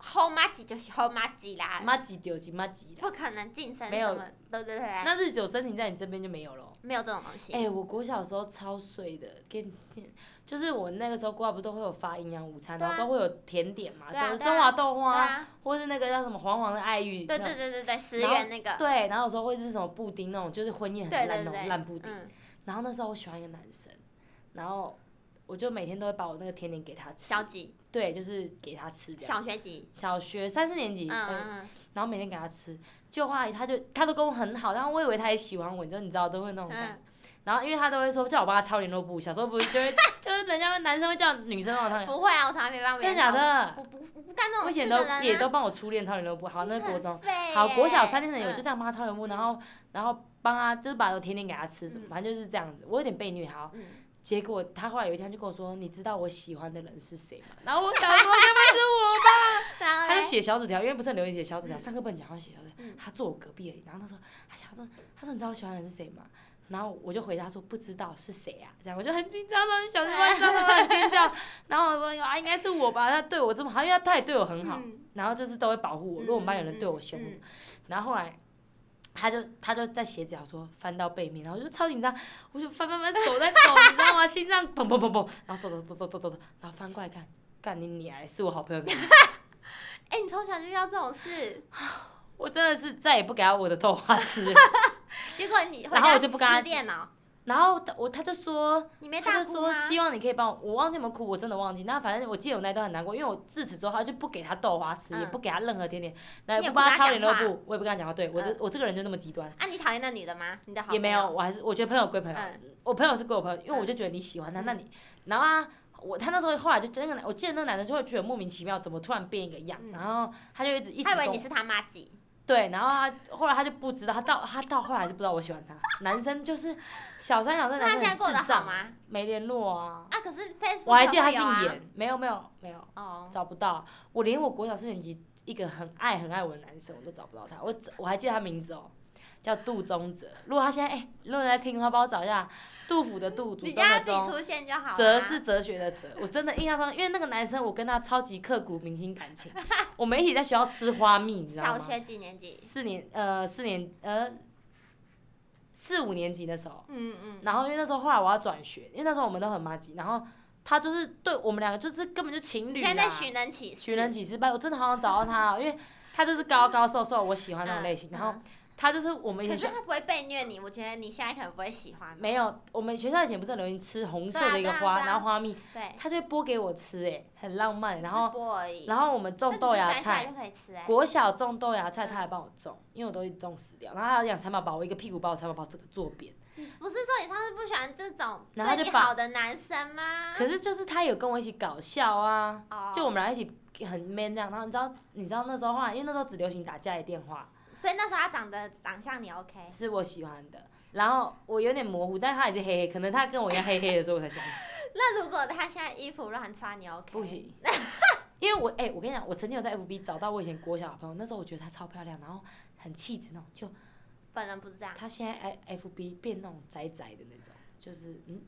A: 后妈几就是后妈几啦，
B: 妈几丢几妈几啦。
A: 不可能晋升
B: 没有
A: 什么，对对对，
B: 那日久生情在你这边就没有了。
A: 没有这种东西。
B: 哎、我国小的时候超碎的，给你听，就是我那个时候国小不都会有发营养午餐，
A: 对啊
B: 然后都会有甜点嘛，
A: 对啊
B: 都是
A: 对啊
B: 中华豆
A: 对
B: 花，
A: 啊，
B: 或是那个叫什么黄黄的爱玉，
A: 对
B: 那
A: 对
B: 种
A: 对对对，十
B: 然后
A: 元那个，
B: 对，然后有时候会是什么布丁那种，就是婚宴
A: 对
B: 很
A: 对
B: 烂那
A: 对
B: 种
A: 对，
B: 烂布丁。
A: 嗯，
B: 然后那时候我喜欢一个男生，然后我就每天都会把我那个甜点给他吃
A: 小，几
B: 对，就是给他吃这样。
A: 小学级，
B: 小学三四年级，
A: 嗯
B: 三
A: 嗯嗯
B: 然后每天给他吃，就后来他就他都跟我很好，然后我以为他也喜欢我，你知道你知道都会那种
A: 嗯
B: 感觉。然后因为他都会说叫我帮他抄联络簿，小时候不是就会 就是人家男生会叫女生帮我
A: 嗯，
B: 抄 联络
A: 不会啊，我从来没帮
B: 簿，
A: 别
B: 真
A: 人
B: 的假
A: 做过？
B: 的？
A: 我不我不干那
B: 我
A: 种
B: 以前
A: 事
B: 都
A: 的哎人啊，
B: 也都帮我初恋抄联络簿，好，那
A: 你
B: 国
A: 很
B: 中
A: 废
B: 好国小
A: 耶
B: 三年级我
A: 嗯
B: 就这样帮他抄联络簿，
A: 嗯
B: 然后然后帮他就是把我甜点给他吃什么，
A: 嗯
B: 反正就是这样子，我有点被虐好。
A: 嗯
B: 结果他后来有一天就跟我说：“你知道我喜欢的人是谁吗？”然后我想说：“该不是我
A: 然后
B: 他
A: 嘞
B: 就写小纸条，因为不是很流行写小纸条，
A: 嗯
B: 上课不能讲话写小纸条
A: 嗯。
B: 他坐我隔壁而已，然后他说，他想说，他说你知道我喜欢的人是谁吗？然后我就回答说不知道是谁啊，这样我就很紧张，说小心万上，他很尖叫。然后我说啊，应该是我吧，他对我这么好，因为他他也对我很好，
A: 嗯
B: 然后就是都会保护我。如果我们班有人对我凶，
A: 嗯嗯
B: 然后后来。他就他就在写纸条说翻到背面，然后我就超紧张，我就翻翻翻手在抖，你知道吗？心脏砰砰砰砰，然后走走走走走走，走然后翻过来看，干你你还是我好朋友，
A: 嗯哎，你从小就遇到这种事，
B: 我真的是再也不给他我的豆 花吃了。
A: 结果你回
B: 然后
A: 家
B: 我就不跟
A: 吃
B: 他
A: 电脑，
B: 然后我他就说，
A: 你没
B: 他
A: 大
B: 就
A: 哭吗
B: 说？希望你可以帮我，我忘记有没有哭，我真的忘记。那反正我记得我那一段很难过，因为我自此之后他就不给他豆花吃，
A: 嗯
B: 也不给他任何甜点，然后
A: 你也
B: 不
A: 不
B: 帮
A: 跟
B: 他
A: 他
B: 抄联络
A: 讲
B: 簿，我也不跟他讲话。对我的
A: 嗯
B: 我这个人就那么极端，
A: 啊，你讨厌那女的吗？你的好
B: 也没
A: 朋
B: 有，
A: 友，
B: 我还是我觉得朋友归朋友，
A: 嗯
B: 我朋友是归我朋友，因
A: 嗯
B: 为我就觉得你喜欢他，
A: 嗯
B: 那你然后啊。我他那时候后来就那个男，我记得那个男生就会觉得莫名其妙，怎么突然变一个样，
A: 嗯
B: 然后他就一直一直
A: 他以为
B: 跟我
A: 你是他妈几，
B: 对，然后他后来他就不知道，他到他到后来还是不知道我喜欢他。男生就是小三小四，
A: 那
B: 男
A: 他
B: 生
A: 现在
B: 很
A: 过得
B: 智
A: 好
B: 障，
A: 吗？
B: 没联络啊。
A: 啊，可是 Facebook
B: 我还记得他
A: 会有啊
B: 姓严，没有没有没有，
A: 哦，
B: 找不到。我连我国小四年级一个很爱很爱我的男生，我都找不到他。我只我还记得他名字哦，叫杜宗泽。如果他现在哎、如果你在听的话，帮我找一下杜甫的杜，祖
A: 你
B: 宗
A: 叫他
B: 的
A: 自己
B: 宗。
A: 出啊现就好
B: 哲
A: 了。啊
B: 是哲学的哲，我真的印象中，因为那个男生，我跟他超级刻骨铭心 感情。我们一起在学校吃花蜜，你知道吗？
A: 小学几年 级？
B: 四年呃四年呃四五年级的时候，
A: 嗯嗯，
B: 然后因为那时候后来我要转学，因为那时候我们都很麻吉，然后他就是对我们两个就是根本就情侣
A: 现在
B: 啦
A: 在，寻人启事
B: 啊寻人启事班，我真的好想找到他、哦，因为他就是高高瘦瘦，我喜欢那种类型，然后
A: 嗯
B: 他就是我们以
A: 可是
B: 前学
A: 他不会被虐你，我觉得你现在可能不会喜欢。
B: 没有，我们学校以前不是很流行吃红色的一个
A: 对啊对啊
B: 花，
A: 对啊
B: 然后花蜜，
A: 对，
B: 他就会剥给我吃、哎，很浪漫，然后
A: 直播而已
B: 然后我们种豆芽菜
A: 那只是摘下来。就可以吃哎。
B: 国小种豆芽菜，
A: 嗯
B: 他还帮我种，因为我都一直种死掉。然后还有养蚕宝宝，我一个屁股把我蚕宝宝整个坐扁。
A: 你嗯不是说你上次不喜欢这种
B: 然后
A: 对
B: 就
A: 你
B: 把
A: 好的男生吗？
B: 可是就是他有跟我一起搞笑啊，
A: 哦
B: 就我们俩一起很 man 这样。然后你知道，你知道那时候后来，因为那时候只流行打家里电话，
A: 所以那时候他长得长相你 OK，
B: 是我喜欢的。然后我有点模糊，但是他也是黑黑，可能他跟我一样黑黑的时候我才喜欢他。
A: 那如果他现在衣服乱穿你 OK？
B: 不，行，因为我哎、我跟你讲，我曾经有在 FB 找到我以前国小的朋友，那时候我觉得她超漂亮，然后很气质那种，就
A: 本人不是这样。
B: 她现在 I FB 变那种宅宅的那种，就是嗯。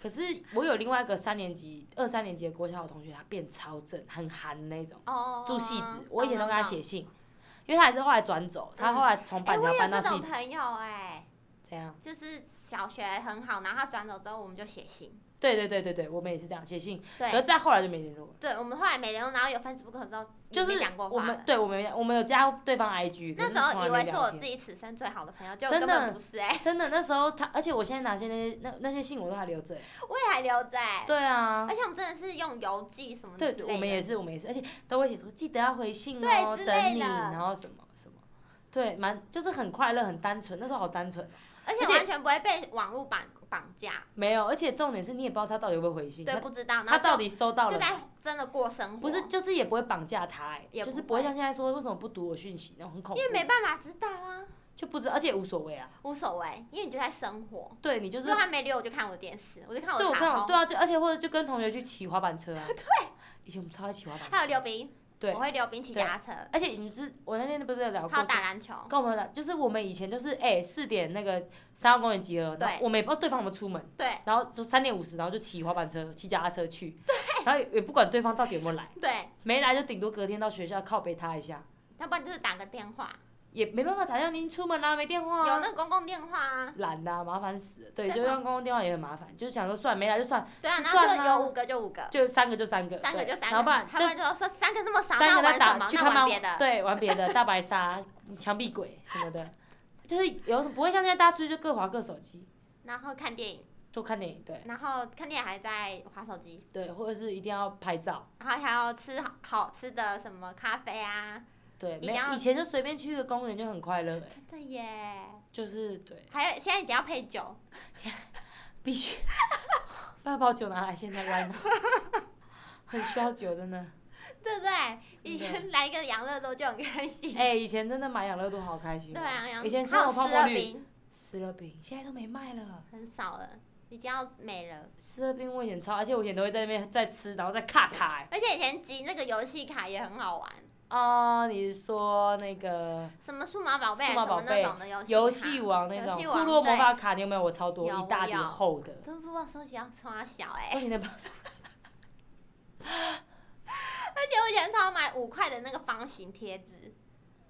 B: 可是我有另外一个三年级、二三年级的国小的同学，她变超正，很韩那种。
A: 哦，
B: 住戏子，我以前都跟他写
A: 懂。
B: 信，因为他也是后来转走，他后来从
A: 懂哎，
B: 板
A: 我
B: 桥
A: 有
B: 搬到
A: 这
B: 戏
A: 种
B: 子，
A: 朋友哎，
B: 怎样？
A: 就是小学很好，然后他转走之后我们就写信，
B: 对对对对对，我们也是这样写信，
A: 对
B: 可是再后来就没联络了。
A: 对，我们后来没联络，然后有 Facebook 之后
B: 就
A: 没
B: 是
A: 讲过
B: 我
A: 话
B: 们
A: 了。
B: 对我们我们有加对方 IG，可
A: 那
B: 是
A: 时候以
B: 从来
A: 为
B: 没
A: 是
B: 聊
A: 我
B: 天
A: 自己此生最好的朋友，结果
B: 真
A: 根
B: 的
A: 本不是哎、
B: 真的那时候他，而且我现在拿些那些那那些信我都还留着欸、
A: 我也还留着哎、
B: 对啊
A: 而，且我们真的是用邮寄什么之类
B: 对
A: 的，
B: 我们也是我们也是，而且都会写说记得要回信
A: 对
B: 哦，
A: 之
B: 等
A: 类
B: 你，
A: 的
B: 然后什么什么，对，蛮就是很快乐很单纯，那时候好单纯哦，
A: 而
B: 而
A: 且
B: 且
A: 完全不会被网络绑绑架，
B: 没有，而且重点是你也不知道他到底有没有回信，
A: 对，
B: 他
A: 不知道，然
B: 他
A: 后
B: 到
A: 就
B: 底收到
A: 就
B: 了没。
A: 在真的过生活，
B: 不是，就是也不会绑架他、欸，
A: 也
B: 就是
A: 不
B: 不会
A: 会
B: 像现在说为什么不读我讯息，那种很恐怖，
A: 因为没办法知道啊，
B: 就不知道，而且也无所谓啊。
A: 无所谓，因为你就在生活，
B: 对你就
A: 就是是他没理我，我就看我的电视，我就看我
B: 对
A: 的
B: 我看
A: 卡
B: 我
A: 通，
B: 对啊，就而且或者就跟同学去骑滑板 车啊。对，以前我们超爱骑滑板车，
A: 还有溜冰，
B: 对
A: 我会溜冰、骑
B: 对
A: 脚踏车，
B: 而且你知我那天不是有聊过
A: 还有
B: 说，
A: 打篮球，
B: 跟我们聊，就是我们以前就是哎四、点那个三号公园集合，然后
A: 对
B: 我们也不知道对方有没有出门，
A: 对
B: 然后就三点五十，然后就骑滑板车、骑脚踏车去，然后也也不管对方到底有没有来，
A: 对，
B: 没来就顶多隔天到学校靠背他一下，
A: 要不然就是打个电话，
B: 也没办法打电话，您出门啦、没电话、
A: 有
B: 啊。
A: 那个公共电话啊，
B: 懒啦、麻烦死了。对，
A: 真
B: 就
A: 的
B: 用公共电话也很麻烦，就是想说算没来就算，
A: 对啊，
B: 就
A: 然后
B: 算
A: 就
B: 啦
A: 有五个就五个，
B: 就三个就三个，
A: 呃三个就
B: 对
A: 三个，
B: 然后不然
A: 他
B: 就
A: 们就说三个那么少，
B: 三
A: 那
B: 个在
A: 玩什么
B: 打？去
A: 那
B: 看
A: 玩
B: 漫
A: 别的，
B: 对，玩别的，大白鲨、墙壁鬼什么的，就是有不会像现在大家出去就各划各手机，
A: 然后看电影，
B: 就看电影，对
A: 然后看电影还在划手机，
B: 对，或者是一定要拍照，
A: 然后还要吃好好吃的什么咖啡啊，
B: 对，
A: 一
B: 没
A: 定要
B: 以前就随便去一个公园就很快乐、欸，
A: 真的耶！
B: 就是对，
A: 还有现在一定要配 酒，
B: 必须 把把酒拿来，现在 right now，很需要酒， 真的。
A: 对不对？以
B: 真的
A: 前来一个养乐多就很开 心，
B: 哎、以前真的买养乐多好开心、
A: 对啊，养
B: 以前生
A: 还有
B: 活泡
A: 湿
B: 沫
A: 乐
B: 绿，
A: 冰
B: 十乐饼现在都没卖了。
A: 很少了，已经要没了。
B: 十乐饼我以前超，而且我以前都会在那边再吃，然后再咔咔、欸。
A: 而且以前集那个游戏卡也很好玩，
B: 哦、你是说那个
A: 什么数码宝贝、
B: 数
A: 什
B: 码宝
A: 么那
B: 贝
A: 种的游戏
B: 游
A: 游
B: 戏王那种
A: 游戏
B: 部
A: 王
B: 落魔
A: 对
B: 法卡，你有没有？我超多，
A: 有
B: 一大叠
A: 我有
B: 厚的。
A: 都不知道收集要从哪小哎、
B: 所以你的 包
A: 而且我以前超买五块的那个方形贴纸，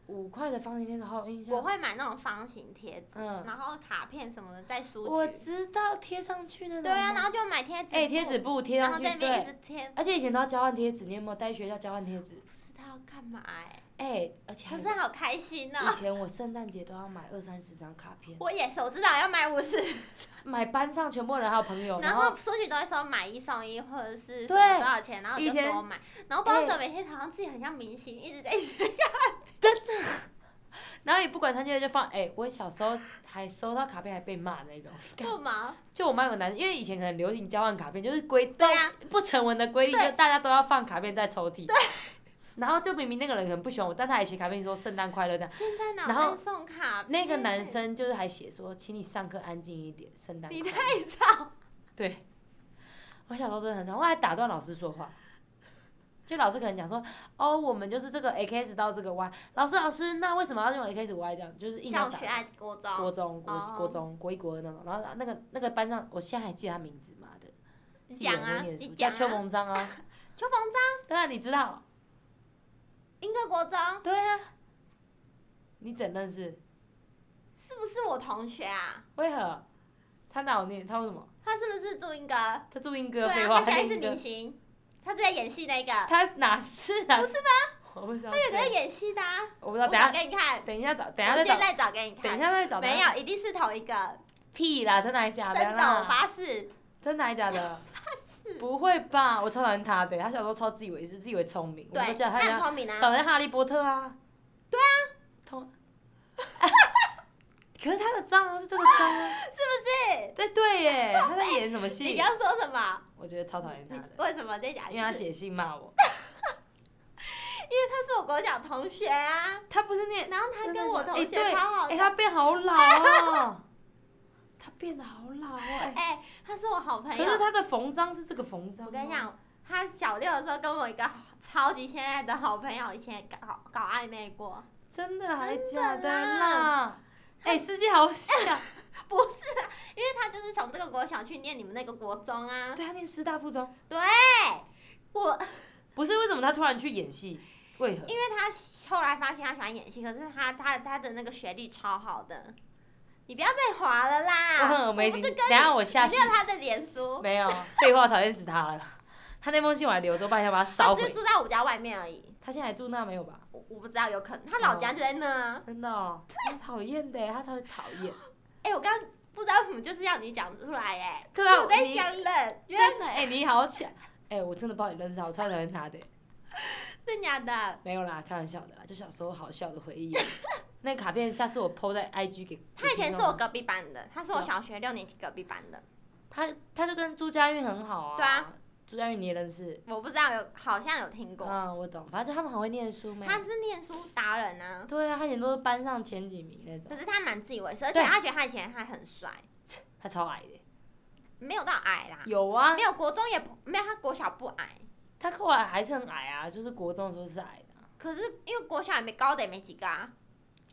B: 五块的方形贴纸好有印象。
A: 我会买那种方形贴纸，
B: 嗯，
A: 然后卡片什么的在书
B: 我
A: 局。
B: 知道贴上去那种。
A: 对啊，然。后就买贴纸，
B: 哎，贴纸，布贴
A: 然
B: 上
A: 后
B: 去，
A: 在那边一
B: 对。
A: 直贴，
B: 而且以前都要交换贴纸，你有没有带去学校交换贴纸
A: 不？知道要干嘛哎、
B: 哎，而且还
A: 可
B: 有
A: 是好开心哦、
B: 以前我圣诞节都要买二三十张卡片，
A: 我也是，我知道要买五十，
B: 买班上全部人还有朋友，
A: 然
B: 然
A: 后书局都会说买一送一或者是什
B: 对
A: 么多少钱，然后我
B: 以
A: 就
B: 前哎
A: 多买，然后不知道为什么每天好像自己很像明星，一 直在
B: 然后也不管他现在就放，哎，我小时候还收到卡片还被骂那种。
A: 干嘛？
B: 就我妈有男，因为以前可能流行交换卡片，就是规
A: 对啊
B: 不成文的规定，
A: 对
B: 就大家都要放卡片在抽屉。然后就明明那个人可能不喜欢我，但他还写卡片说圣诞快乐这样。
A: 现在哪
B: 然后
A: 有在送卡片？
B: 那个男生就是还写说，请你上课安静一点，圣诞快
A: 你
B: 乐。
A: 太吵，
B: 对，我小时候真的很常，我还打断老师说话。就老师可能讲说，哦，我们就是这个 A K S 到这个 Y，老师老师，那为什么要用 A K S Y 这样？就是硬要
A: 教
B: 打
A: 学爱国中，
B: 国中国
A: 哦
B: 国中国一国二那种，然后那个那个班上，我现在还记得他名字，妈的。
A: 你
B: 自己有
A: 讲
B: 人
A: 啊，
B: 会念书
A: 你
B: 叫
A: 讲
B: 邱
A: 啊，
B: 鹏章啊，
A: 秋风章，
B: 当然你知道，
A: 英歌国中
B: 对啊，你怎认识？
A: 是不是我同学啊？
B: 为何？他哪有念？他为什么？
A: 他是不是住英歌？
B: 他住英
A: 对
B: 歌，废
A: 啊，
B: 话，
A: 他现在是
B: 念英歌
A: 明星，他是在演戏那个，
B: 他哪是啊？不是吗？我不知道
A: 他有
B: 是
A: 个
B: 啊，
A: 在演戏的啊，
B: 我不知
A: 我
B: 道，等一
A: 找
B: 下
A: 给你看，
B: 等一下找，等一下
A: 我
B: 再
A: 现
B: 找，
A: 在找给你
B: 等
A: 看，
B: 一下再找，
A: 没有，一定是同一个，
B: 屁啦，真的还假
A: 真的，
B: 的？
A: 我
B: 啦？
A: 发誓，
B: 真的还假的？不会吧？我超讨厌他的，他小时候超自以为是，自以为聪明，我们都
A: 对，
B: 叫
A: 他
B: 他
A: 很
B: 像
A: 聪明啊，
B: 长得像哈利波特啊。对啊。同。 可是他的章是这个章啊。
A: 是，
B: 对对 耶，他在演什么
A: 你
B: 戏？
A: 刚刚说什么？
B: 我觉得超讨厌他
A: 你
B: 的，
A: 为什么在讲？
B: 因为他写信骂 我。
A: 他是我国小同学啊，
B: 他不是念，
A: 然后他
B: 真的
A: 跟我
B: 假的
A: 同
B: 哎对
A: 学超好
B: 哎，
A: 的，
B: 他变好老哦，他变得好老哦，哎，
A: 哎，他是我好朋
B: 可
A: 友
B: 是，他的缝章是这个缝章。哦
A: 我跟你，讲，他小六的时候跟我一个超级现在的好朋友，以前搞搞暧昧过，
B: 真的还
A: 真的
B: 假的啦
A: 啦？
B: 哎，世界好小，
A: 不是啊，因为他就是从这个国小去念你们那个国中啊。
B: 对他念师大附中，
A: 我
B: 不是为什么他突然去演戏？为何？
A: 因为他后来发现他喜欢演戏，可是他他他的那个学历超好的，你不要再滑了
B: 我
A: 啦！
B: 很我没
A: 啊不
B: 听，
A: 是跟
B: 等一下我下
A: 你
B: 次
A: 没有他的脸书，
B: 没有，废话，讨厌死他了。他那封信我还留着，我本来想把它
A: 他
B: 烧
A: 就
B: 毁。
A: 住在我们家外面而已。
B: 他现在还住那没有吧？
A: 我我不知道，有可能他老家就在那啊。
B: 真的、哦，他讨厌的，他超讨厌。
A: 哎、我刚刚不知道为什么就是要你讲出来哎、
B: 对啊
A: 我在
B: 你
A: 想冷，原来
B: 真的，哎、你好巧，哎、我真的不知道你认识他，我超讨厌他的。
A: 真假的，
B: 没有啦，开玩笑的啦，就小时候好笑的回忆。 那个卡片下次我 PO 在 IG 给。
A: 他以前是
B: 给听
A: 我
B: 众，
A: 隔壁班的，他是我小学六年级隔壁班的，
B: 他他就跟朱家韵很好啊。
A: 对啊，
B: 朱家韵你也认识。
A: 我不知道有好像有听过，
B: 嗯，我懂，反正就他们很会念书嘛。
A: 他是念书达人啊，
B: 对啊，他以前都是班上前几名那种
A: 可，是他蛮自以为是，而且
B: 对
A: 他觉得他以前还很帅，
B: 他超矮的。
A: 没有到矮啦，
B: 有啊
A: 没，有国中也不没有他国小不矮，
B: 他后来还是很矮啊，就是国中的时候是矮的啊、
A: 可是因为国小也没高的也没几个啊，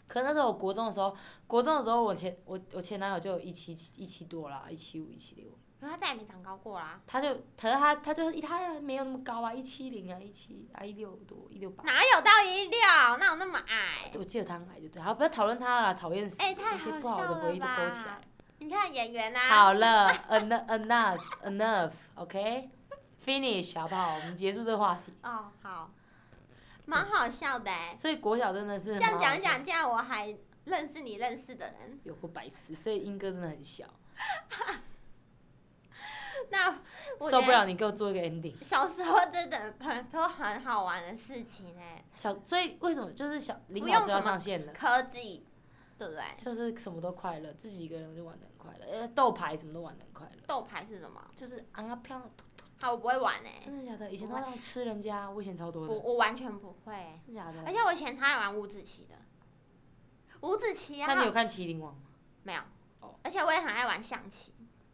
B: 可那时候我国中的时候，国中的时候我前我我前男友就有一七一七多啦，一七五一七六，
A: 可是他再也没长高过啦，
B: 他就可是他他就是他没有那么高啊，一七零啊一七啊一六多一六八，
A: 哪有到一六，哪有那么矮？
B: 我记得他很矮就对，好不要讨论他了啦，讨厌死了，
A: 哎太
B: 一些
A: 好
B: 不好
A: 哎笑
B: 的
A: 了
B: 回忆都勾起
A: 吧
B: 来。
A: 你看演员啊，
B: 好了，enough enough enough，OK、finish 好不好？我们结束这个话题。
A: 哦，好，蛮好笑的哎、
B: 所以国小真的是
A: 这样
B: 很好
A: 讲一
B: 玩
A: 讲，这样我还认识你认识的人。
B: 有过白痴，所以英哥真的很小，
A: 那我
B: 受
A: 觉
B: 不
A: 得
B: 了你给我做一个 ending。
A: 小时候真的很都很好玩的事情哎、
B: 小，所以为什么就是小林
A: 不
B: 老
A: 用
B: 师要
A: 什么
B: 上线了？
A: 科技，对不对？
B: 就是什么都快乐，自己一个人就玩的很快乐，呃，斗牌什么都玩的很快乐，
A: 斗牌是什么？
B: 就是啊漂亮，
A: 好，我不会玩哎、
B: 真的假的？以前
A: 不
B: 都
A: 会
B: 这样吃人家，我以前超多
A: 我
B: 的，
A: 我完全不会、
B: 真的假的
A: 而？且我以前超爱玩五子棋的，五子棋啊
B: 那，你有看《麒麟王》吗？
A: 没有
B: 哦，
A: 而且我也很爱玩象棋，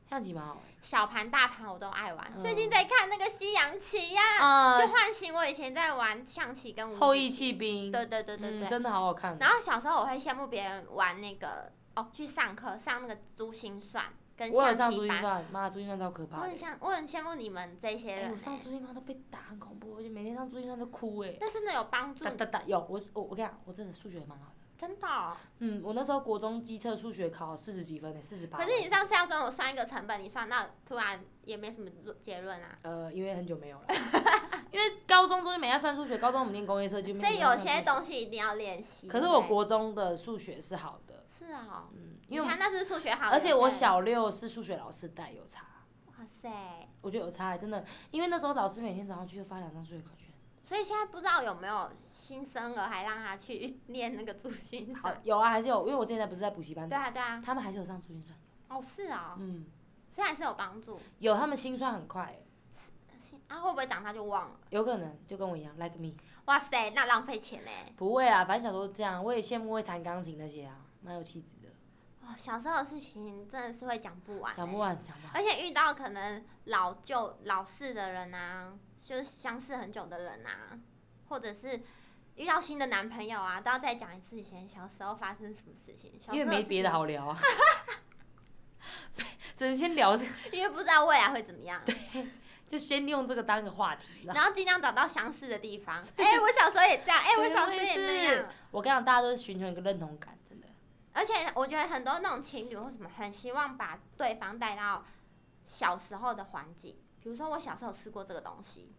B: 象棋蛮好玩
A: 小盘大盘我都爱玩。
B: 嗯
A: 最近在看那个西洋棋呀、
B: 啊
A: 就唤醒我以前在玩象棋跟五子
B: 后羿弃兵，
A: 嗯对对对对对
B: 嗯，。真的好好看。
A: 然后小时候我会羡慕别人玩那个哦，去上课上那个珠心算跟
B: 我有
A: 象
B: 上
A: 棋
B: 珠心
A: 班。
B: 算，妈，珠心算超可
A: 我
B: 怕
A: 很
B: 的。
A: 像，我很羡慕你们这些
B: 哎，
A: 人、欸
B: 我上珠心算都被打，很恐怖，我就每天上珠心算都哭哎。
A: 那真的有帮助
B: 打，打打，有我我我跟你讲，我真的数学蛮好的。
A: 真的哦、
B: 嗯，我那时候国中机测数学考四十几分呢，欸四十八。
A: 可是你上次要跟我算一个成本，你算到突然也没什么论结论啊。
B: 呃，因为很久 没有了，因为高中中间没在算数学，高中我们念工业设计，
A: 所以
B: 没在
A: 有
B: 算
A: 些
B: 数学
A: 东西一定要练习。
B: 可是
A: 对不
B: 我
A: 对
B: 国中的数学是好的，
A: 是哦，
B: 嗯，
A: 你
B: 因为
A: 看那是数学好的，
B: 而且我
A: 对不对，
B: 小六是数学老师带，有差，
A: 哇塞，
B: 我觉得有差，欸真的，因为那时候老师每天早上去就发两张数学考卷，
A: 所以现在不知道有没有新生儿还让他去 练那个珠心
B: 好
A: 算。
B: 有啊，还是有，因为我之前在不是在补习班
A: 对，啊对啊，
B: 他们还是有上珠心算，
A: 哦是哦，
B: 嗯，
A: 虽然是有帮助，
B: 有，他们心算很快，
A: 啊会不会长大就忘了？
B: 有可能就跟我一样，like me，
A: 哇塞，那浪费钱嘞！
B: 不会啊啦，反正小时候这样，我也羡慕会弹钢琴那些啊，蛮有气质的，
A: 哦，小时候的事情真的是会讲不完，
B: 讲不。完，讲不完，
A: 而且遇到可能老旧、老式的人啊，就是相识很久的人啊，或者是遇到新的男朋友啊，都要再讲一次以前小时候发生什么事情。小
B: 因为
A: 时候
B: 没别的
A: 事
B: 好聊啊， 只能先聊这个。
A: 情，因为不知道未来会怎么样，
B: 就先用这个当一个话题啦。
A: 然后尽量找到相似的地 方。哎、我小时候也这样，哎、我
B: 对
A: 小
B: 我
A: 时候
B: 也
A: 也那
B: 是
A: 样。
B: 我跟你讲，大家都是寻求一个认同感，真的。
A: 而且我觉得很多那种情侣或什么，很希望把对方带到小时候的环境，比如说我小时候吃过这个东西，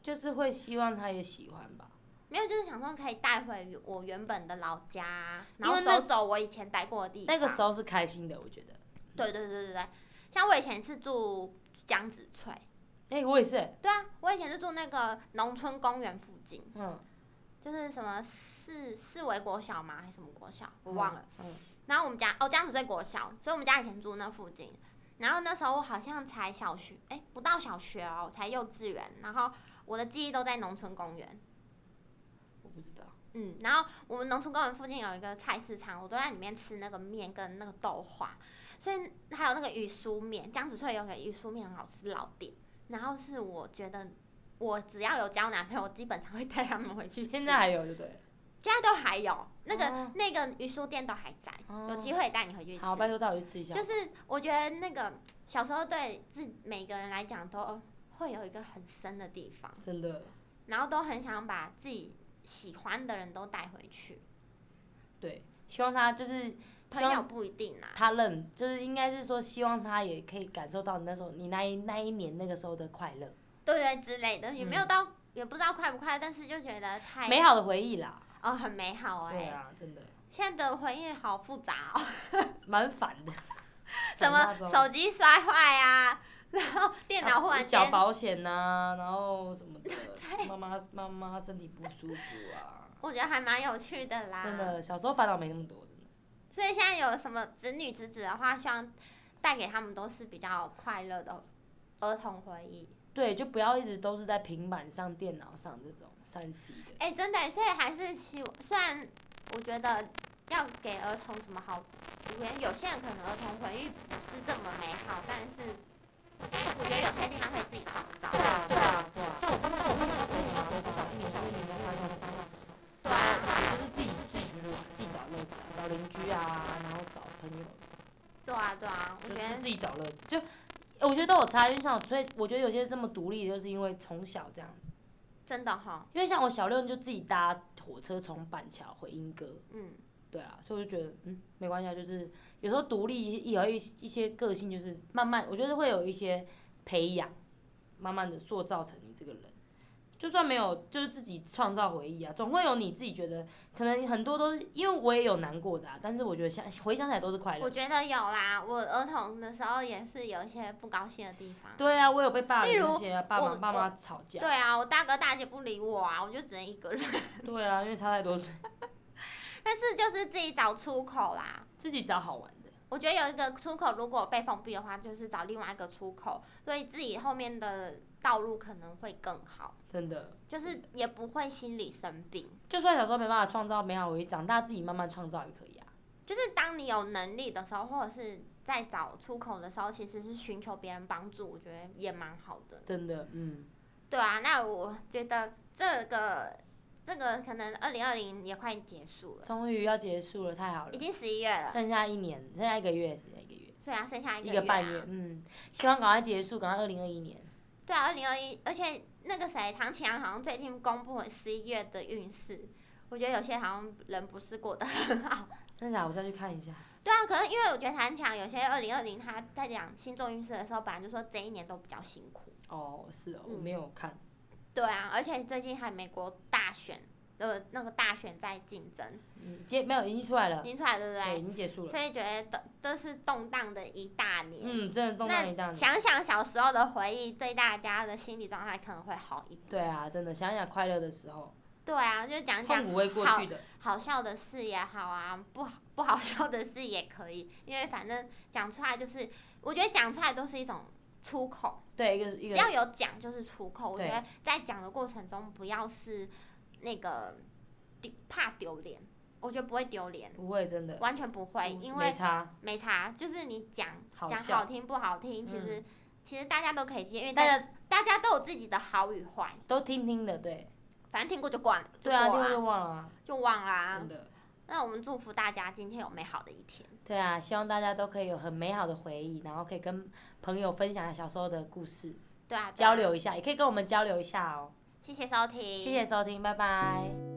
B: 就是会希望他也喜欢吧，
A: 没有就是想说可以带回我原本的老家，然
B: 因
A: 后
B: 为那
A: 走走我以前待过的地方。
B: 那个时候是开心的，我觉得。
A: 对对对对对，像我以前是住江子翠，
B: 哎、我也是、
A: 对啊，我以前是住那个农村公园附近，
B: 嗯，
A: 就是什么四四维国小吗？还是什么国小？我忘了。
B: 嗯，
A: 然后我们家哦，江子最国小，所以我们家以前住那附近。然后那时候我好像才小学，哎，不到小学哦，我才幼稚园。然后我的记忆都在农村公园，
B: 我不知道。
A: 嗯。然后我们农村公园附近有一个菜市场，我都在里面吃那个面跟那个豆花，所以还有那个鱼酥面，江子翠有个鱼酥面很好吃，老店。然后是我觉得我只要有交男朋友，我基本上会带他们回去吃。
B: 现在还有就对了。
A: 现在都还有那个、
B: 哦
A: 那个鱼酥店都还在，有
B: 哦
A: 机会带你回去吃。
B: 好，拜托带我去吃一下。
A: 就是我觉得那个小时候对自每个人来讲都会有一个很深的地方，
B: 真的，
A: 然后都很想把自己喜欢的人都带回去。
B: 对，希望他就是
A: 朋
B: 希望
A: 友不一定啦，
B: 他认，就是应该是说，希望他也可以感受到你那时候你那一那一年那个时候的快乐，
A: 对不对之
B: 嗯
A: 类的，也没有到，也不知道快不快，但是就觉得太
B: 美好的回忆啦。
A: 哦，很美好哎、
B: 对啊，真的
A: 现在的回忆好复杂哦，
B: 蛮烦 的。
A: 什么手机摔坏啊， 然后电脑忽然
B: 啊缴
A: 间，
B: 保险呐、然后 什么的，妈妈妈妈身体不舒服啊，
A: 我觉得还蛮有趣的啦。
B: 真。的，小时候烦恼没那么多真的。
A: 所以现在有什么子女之子的话，希望带给他们都是比较快乐的儿童回忆。
B: 对，就不要一直都是在平板上、电脑上这种三 C 的。
A: 哎、真的耶，所以还是希望，虽然我觉得要给儿童什么好，有些有些人可能儿童回忆不是这么美好，但是我觉得有些地方可以自己创造。
B: 对啊，对啊，对啊。
C: 像我刚刚我刚刚要催你的时候，不小心你上一年在发现什么什么，
A: 对啊，
C: 就是自己自己去自己找乐子啊，找邻居啊，然后找朋友，
A: 对啊，对啊，我
B: 就
A: 觉
B: 是
A: 得
B: 自己找乐子，就我觉得都有差，因为像我所以我觉得有些这么独立，就是因为从小这样，
A: 真的哈，
B: 因为像我小六就自己搭火车从板桥回莺歌，
A: 嗯，
B: 对啊，所以我就觉得嗯没关系，啊，就是有时候独立有一一些个性，就是慢慢我觉得会有一些培养，慢慢的塑造成你这个人。就算没有，就是自己创造回忆啊，总会有你自己觉得，可能很多都是因为我也有难过的、啊，但是我觉得想回想起来都是快乐
A: 我
B: 的。
A: 觉得有啦。我儿童的时候也是有一些不高兴的地方。
B: 对啊，我有被爸
A: 例
B: 凌
A: 如
B: 这些啊，爸妈
A: 我
B: 爸妈吵架。
A: 对啊，我大哥大姐不理我啊，我就只能一个人。
B: 对啊，因为差太多岁，
A: 但是就是自己找出口啦。
B: 自己找好玩的。
A: 我觉得有一个出口，如果被封闭的话，就是找另外一个出口，所以自己后面的道路可能会更好，
B: 真的。
A: 就是也不会心理生病。
B: 就算小时候没办法创造美好回忆，长大自己慢慢创造也可以啊。
A: 就是当你有能力的时候，或者是在找出口的时候，其实是寻求别人帮助，我觉得也蛮好的。
B: 真的，嗯，
A: 对啊，那我觉得这个这个可能二零二零也快结束了，
B: 终于要结束了，太好了
A: 已，经十一月了，
B: 剩下一年，剩下一个月，剩下一个月，
A: 所以还剩下一个
B: 一个半
A: 月啊
B: 月，嗯，希望赶快结束，赶快二零二一年。
A: 对啊，二零二一，而且那个谁，唐启阳好像最近公布十一月的运势，我觉得有些好像人不是过得 很好。
B: 真的假的？我再去看一下。
A: 对啊，可能因为我觉得唐启阳有些二零二零他在讲星座运势的时候，本来就说这一年都比较辛苦。
B: 哦，是哦，
A: 嗯
B: 我没有看。
A: 对啊，而且最近还美国大选的那个大选在竞争，
B: 嗯，结没有，已经出来了
A: 已，经出来对不
B: 对，
A: 对？
B: 已经结束了
A: 所。以觉得这这是动荡的一大年。
B: 嗯，真的动荡一大
A: 那
B: 年。
A: 想想小时候的回忆，对大家的心理状态可能会好一点。
B: 对啊，真的，想想快乐的时候，
A: 对啊，就讲讲
B: 痛苦会过去的。
A: 好笑的事也好啊，不好不好笑的事也可以，因为反正讲出来就是，我觉得讲出来都是一种出口，
B: 对，一个一
A: 只
B: 个
A: 要有讲就是出口。我觉
B: 对
A: 得在讲的过程中，不要是那个丢怕丢脸，我觉得不会丢脸，
B: 不会真的，
A: 完全不会，
B: 嗯
A: 因
B: 没
A: 为
B: 差。
A: 没差，就是你讲
B: 好
A: 讲
B: 笑
A: 好听不好听，其实、其实大家都可以接，因为
B: 嗯大
A: 大
B: 家
A: 大家都有自己的好与坏，
B: 都听听的，对，
A: 反正听过就惯了，
B: 对啊，
A: 就
B: 听
A: 过了
B: 过就忘了、啊，
A: 就忘啦、
B: 真的，
A: 那我们祝福大家今天有美好的一天。
B: 对啊，希望大家都可以有很美好的回忆，然后可以跟朋友分享小时候的故事，
A: 对啊，对啊
B: 交。流一下，也可以跟我们交流一下哦。
A: 谢谢收听，
B: 谢谢收听，拜拜。